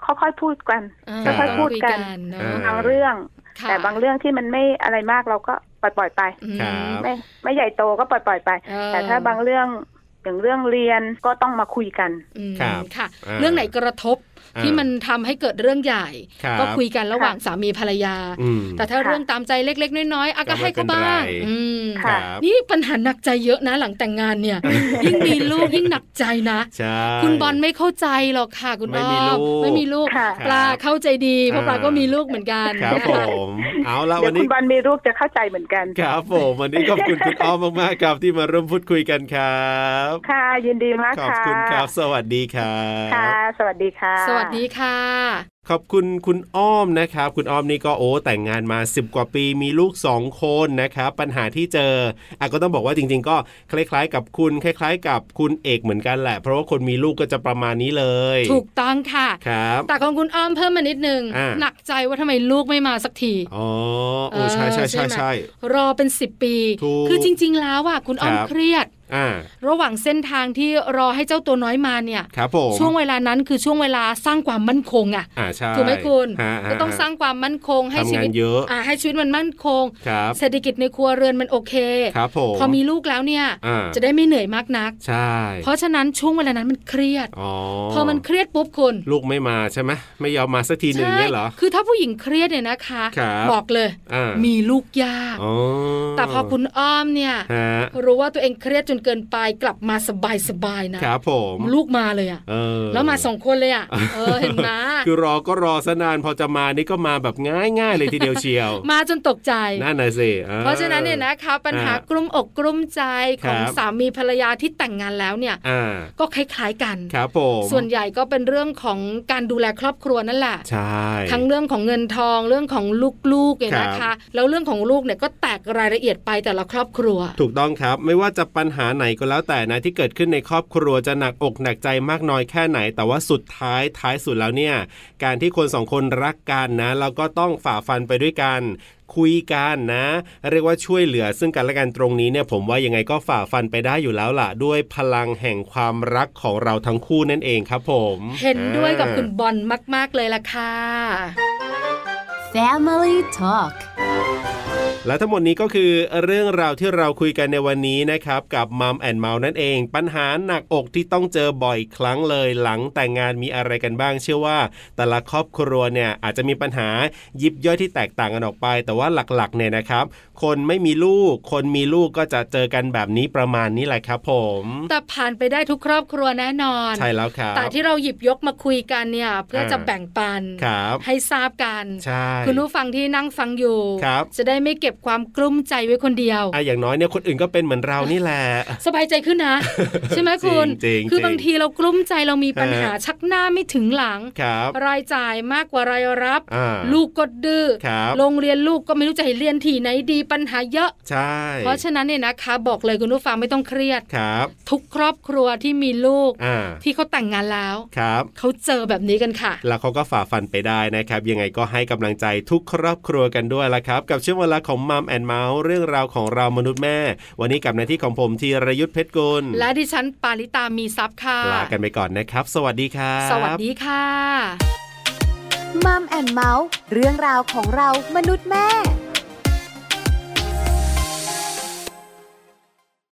[SPEAKER 6] ค่อยค่อยๆพูดกัน
[SPEAKER 1] เออ
[SPEAKER 2] ค่อยๆ
[SPEAKER 1] ต้ง
[SPEAKER 6] พูดกัน
[SPEAKER 1] เนอะ
[SPEAKER 2] อ่
[SPEAKER 6] บางเรื่อง
[SPEAKER 1] ค่ะ
[SPEAKER 6] แต่บางเรื่องที่มันไม่อะไรมากเราก็ปล่อยปล่อยๆไป
[SPEAKER 1] อืม
[SPEAKER 2] ครับ
[SPEAKER 6] ไม่ไม่ใหญ่โตก็ปล่อยปล่อยๆไป
[SPEAKER 1] เออ
[SPEAKER 6] แต่ถ้าบางเรื่องอย่างเรื่องเรียนก็ต้องมาคุยกัน
[SPEAKER 1] อืม
[SPEAKER 2] ครับ
[SPEAKER 1] ค่ะ
[SPEAKER 2] อ่า
[SPEAKER 1] เรื่องไหนกระทบ
[SPEAKER 2] อ่า
[SPEAKER 1] ที่มันทำให้เกิดเรื่องใหญ่
[SPEAKER 2] ครับ
[SPEAKER 1] ก็คุยกันระหว่าง
[SPEAKER 6] ค่ะ
[SPEAKER 1] สามีภรรยา
[SPEAKER 2] อืม
[SPEAKER 1] แต่ถ้า
[SPEAKER 6] ค่ะ
[SPEAKER 1] เรื่องตามใจเล็ก ๆ น้อยๆอะ
[SPEAKER 2] ก็
[SPEAKER 1] ก็
[SPEAKER 2] ไม่
[SPEAKER 1] ให้เขาบ้าง
[SPEAKER 2] เป็นไร
[SPEAKER 1] อืม
[SPEAKER 2] ค
[SPEAKER 6] ค่ะ
[SPEAKER 2] รับ
[SPEAKER 1] นี่ปัญหาหนักใจเยอะนะหลังแต่งงาน เนี่ย ยิ่งมีลูกยิ่งหนักใจนะ
[SPEAKER 2] ใช่
[SPEAKER 1] คุณบอลไม่เข้าใจหรอกค่ะ คุณ
[SPEAKER 2] ไม่
[SPEAKER 1] อ้อ
[SPEAKER 2] มีลูก
[SPEAKER 1] ไม่มีลูก
[SPEAKER 6] ค่ะ
[SPEAKER 1] ปลาเข้าใจดีเพราะ
[SPEAKER 2] อ่า
[SPEAKER 1] ปลาก็มีลูกเหมือนกัน
[SPEAKER 2] ครับ
[SPEAKER 1] นะ
[SPEAKER 2] ผ
[SPEAKER 1] คะ
[SPEAKER 2] ม เอาละ
[SPEAKER 6] เดี๋
[SPEAKER 2] วั
[SPEAKER 6] ยวน คุ
[SPEAKER 2] นี้
[SPEAKER 6] ณบันมีลูกจะเข้าใจเหมือนกัน
[SPEAKER 2] ครับผมวันนี้ขอบคุณคุณอ้อมมากๆครับที่มาร่วมพูดคุยกันครับ
[SPEAKER 6] ค่ะ ยินดีมาก
[SPEAKER 2] ขอบ
[SPEAKER 6] ค่ะ
[SPEAKER 2] คุณครับ สวัสดีครับ
[SPEAKER 6] ค่ะ สวัสดีค่ะ
[SPEAKER 1] สวัสดีค่ะ
[SPEAKER 2] ขอบคุณคุณอ้อมนะครับ คุณอ้อมนี่ก็โอ้แต่งงานมา 10 กว่าปีมีลูก 2 คนนะครับ ปัญหาที่เจออ่ะก็ต้องบอกว่าจริง ๆ ก็คล้าย ๆ กับคุณคล้าย ๆ กับคุณเอกเหมือนกันแหละ เพราะว่าคนมีลูกก็จะประมาณนี้เลย
[SPEAKER 1] ถูกต้องค่ะ
[SPEAKER 2] ครับ
[SPEAKER 1] แต่ของคุณอ้อมเพิ่มมานิดนึง
[SPEAKER 2] อ่า
[SPEAKER 1] หนักใจว่าทำไมลูกไม่มาสักที
[SPEAKER 2] อ๋อโอ้ใช่
[SPEAKER 1] เออใช่
[SPEAKER 2] ใช่ใช่
[SPEAKER 1] ไหม
[SPEAKER 2] ใช่
[SPEAKER 1] รอเป็น 10 ปี
[SPEAKER 2] ถูก
[SPEAKER 1] คือจริง ๆ แล้วอ่ะคุณอ้อม
[SPEAKER 2] ครับ
[SPEAKER 1] เครียด
[SPEAKER 2] อ่า
[SPEAKER 1] ระหว่างเส้นทางที่รอให้เจ้าตัวน้อยมาเนี่ย
[SPEAKER 2] ครับผม
[SPEAKER 1] ช่วงเวลานั้นคือช่วงเวลาสร้างความมั่นคงอ่ะ
[SPEAKER 2] อ่าใช่
[SPEAKER 1] ถูกไหมคุณ
[SPEAKER 2] ฮะฮะ
[SPEAKER 1] ก็ต้องสร้างความมั่นคงให้
[SPEAKER 2] ทำ
[SPEAKER 1] ชี
[SPEAKER 2] งา
[SPEAKER 1] วิ
[SPEAKER 2] น
[SPEAKER 1] ต
[SPEAKER 2] เยอะ
[SPEAKER 1] อ่าให้ชีวิตมันมั่นคง
[SPEAKER 2] ครับ
[SPEAKER 1] เศรษฐกิจในครัวเรือนมันโอเค
[SPEAKER 2] ครับผม
[SPEAKER 1] พอมีลูกแล้วเนี่ย
[SPEAKER 2] อ่า
[SPEAKER 1] จะได้ไม่เหนื่อยมากนัก
[SPEAKER 2] ใช่
[SPEAKER 1] เพราะฉะนั้นช่วงเวลานั้นมันเครียด
[SPEAKER 2] อ๋อ
[SPEAKER 1] พอมันเครียดปุ๊บคุณ
[SPEAKER 2] ลูกไม่มาใช่ไหมไม่ยอมมาสักทีหนึ่ง
[SPEAKER 1] ใช่
[SPEAKER 2] เนี่ยเหรอ
[SPEAKER 1] คือถ้าผู้หญิงเครียดเนี่ยนะคะ
[SPEAKER 2] ครับ
[SPEAKER 1] อกเลย
[SPEAKER 2] อ่า
[SPEAKER 1] มีลูกยาก
[SPEAKER 2] อ๋อ
[SPEAKER 1] แต่พอคุณอ้อมเนี่ย
[SPEAKER 2] ฮะ
[SPEAKER 1] รู้ว่าตัวเองเครียดจนเกินไปกลับมาสบายสบายๆนะครับ
[SPEAKER 2] ผม
[SPEAKER 1] ลูกมาเลยอะ
[SPEAKER 2] เออ
[SPEAKER 1] แล้วมาสองคนเลยอะเออเห็นไหม
[SPEAKER 2] คือรอก็รอซะนานพอจะมานี่ก็มาแบบง่ายๆ เลยทีเดียวเชียว
[SPEAKER 1] มาจนตกใจ
[SPEAKER 2] นั่นน่ะสิออ
[SPEAKER 1] เพราะฉะนั้นเนี่ยนะคะปัญหา
[SPEAKER 2] อ่าก
[SPEAKER 1] ลุ่มอกกลุ่มใจของ
[SPEAKER 2] ครับ
[SPEAKER 1] สามีภรรยาที่แต่งงานแล้วเนี่ย
[SPEAKER 2] อ่า
[SPEAKER 1] ก็คล้ายๆกัน
[SPEAKER 2] ครับผม
[SPEAKER 1] ส่วนใหญ่ก็เป็นเรื่องของการดูแลครอบครัวนั่นแหละ
[SPEAKER 2] ใช่
[SPEAKER 1] ทั้งเรื่องของเงินทองเรื่องของลูกๆเนี่ยนะ
[SPEAKER 2] ครั
[SPEAKER 1] คะ
[SPEAKER 2] บ
[SPEAKER 1] แล้วเรื่องของลูกเนี่ยก็แตกรายละเอียดไปแต่ละครอบครัว
[SPEAKER 2] ถูกต้องครับ ไม่ว่าจะปัญหาไหนก็แล้วแต่นะที่เกิดขึ้นในครอบครัวจะหนักอกหนักใจมากน้อยแค่ไหน แต่ว่าสุดท้ายท้ายสุดแล้วเนี่ย การที่คนสองคนรักกันนะเราก็ต้องฝ่าฟันไปด้วยกันคุยกันนะ เรียกว่าช่วยเหลือซึ่งกันและกันตรงนี้เนี่ยผมว่ายังไงก็ฝ่าฟันไปได้อยู่แล้วล่ะ ด้วยพลังแห่งความรักของเราทั้งคู่นั่นเองครับผม
[SPEAKER 1] เห็นด้วยกับ
[SPEAKER 2] อ่า
[SPEAKER 1] คุณบอลมาก ๆเลยล่ะค่ะ
[SPEAKER 4] Family Talk
[SPEAKER 2] และทั้งหมดนี้ก็คือเรื่องราวที่เราคุยกันในวันนี้นะครับ กับมัมแอนเมาส์นั่นเอง ปัญหาหนักอกที่ต้องเจอบ่อยครั้งเลย หลังแต่งงานมีอะไรกันบ้าง เชื่อว่า แต่ละครอบครัวเนี่ยอาจจะมีปัญหายิบย่อยที่แตกต่างกันออกไป แต่ว่าหลักๆเนี่ยนะครับ คนไม่มีลูก คนมีลูกก็จะเจอกันแบบนี้ประมาณนี้แหละครับผม
[SPEAKER 1] แต่ผ่านไปได้ทุกครอบครัวแน่นอน
[SPEAKER 2] ใช่แล้วครับ
[SPEAKER 1] แต่ที่เราหยิบยกมาคุยกันเนี่ยเพื่อจะ
[SPEAKER 2] อ่า
[SPEAKER 1] แบ่งปัน
[SPEAKER 2] ครับ
[SPEAKER 1] ให้ทราบกัน
[SPEAKER 2] ใช่
[SPEAKER 1] คุณผู้ฟังที่นั่งฟังอยู่
[SPEAKER 2] ครับ
[SPEAKER 1] จะได้ไม่เก็บความกลุ้มใจไว้คนเดียว
[SPEAKER 2] อ่ะอย่างน้อยเนี่ยคนอื่นก็เป็นเหมือนเรานี่แหละ
[SPEAKER 1] สบายใจขึ้นนะ ใช่ไหมคุณ
[SPEAKER 2] จริงๆ
[SPEAKER 1] คือบางทีเรากลุ้มใจเรามีปัญหา
[SPEAKER 2] ฮะ
[SPEAKER 1] ชักหน้าไม่ถึงหลัง
[SPEAKER 2] ครับ
[SPEAKER 1] รายจ่ายมากกว่ารายรับ
[SPEAKER 2] อ่า
[SPEAKER 1] ลูกก็ดื้อ
[SPEAKER 2] ครับ
[SPEAKER 1] โรงเรียนลูกก็ไม่รู้จะให้เรียนที่ไหนดีปัญหาเยอะ
[SPEAKER 2] ใช่
[SPEAKER 1] เพราะฉะนั้นเนี่ยนะคะ บอกเลยคุณผู้ฟังไม่ต้องเครียด
[SPEAKER 2] ครับ
[SPEAKER 1] ทุกครอบครัวที่มีลูก
[SPEAKER 2] อ่า
[SPEAKER 1] ที่เขาแต่งงานแล้ว
[SPEAKER 2] ครับ
[SPEAKER 1] เขาเจอแบบนี้กันค่ะ
[SPEAKER 2] แล้วเขาก็ฝ่าฟันไปได้นะครับ ยังไงก็ให้กำลังใจทุกครอบครัวกันด้วยละครับ กับช่วงเวลาของมัมแอนเมาส์เรื่องราวของเรามนุษย์แม่ วันนี้กับหน้าที่ของผมธีรยุทธเพชรกุล
[SPEAKER 1] และดิฉันปาริตามีซับค่ะ
[SPEAKER 2] ลากันไปก่อนนะครับ สวัสดีครับ
[SPEAKER 1] สวัสดีค่ะ
[SPEAKER 4] มัมแอนเมาส์เรื่องราวของเรามนุษย์แม่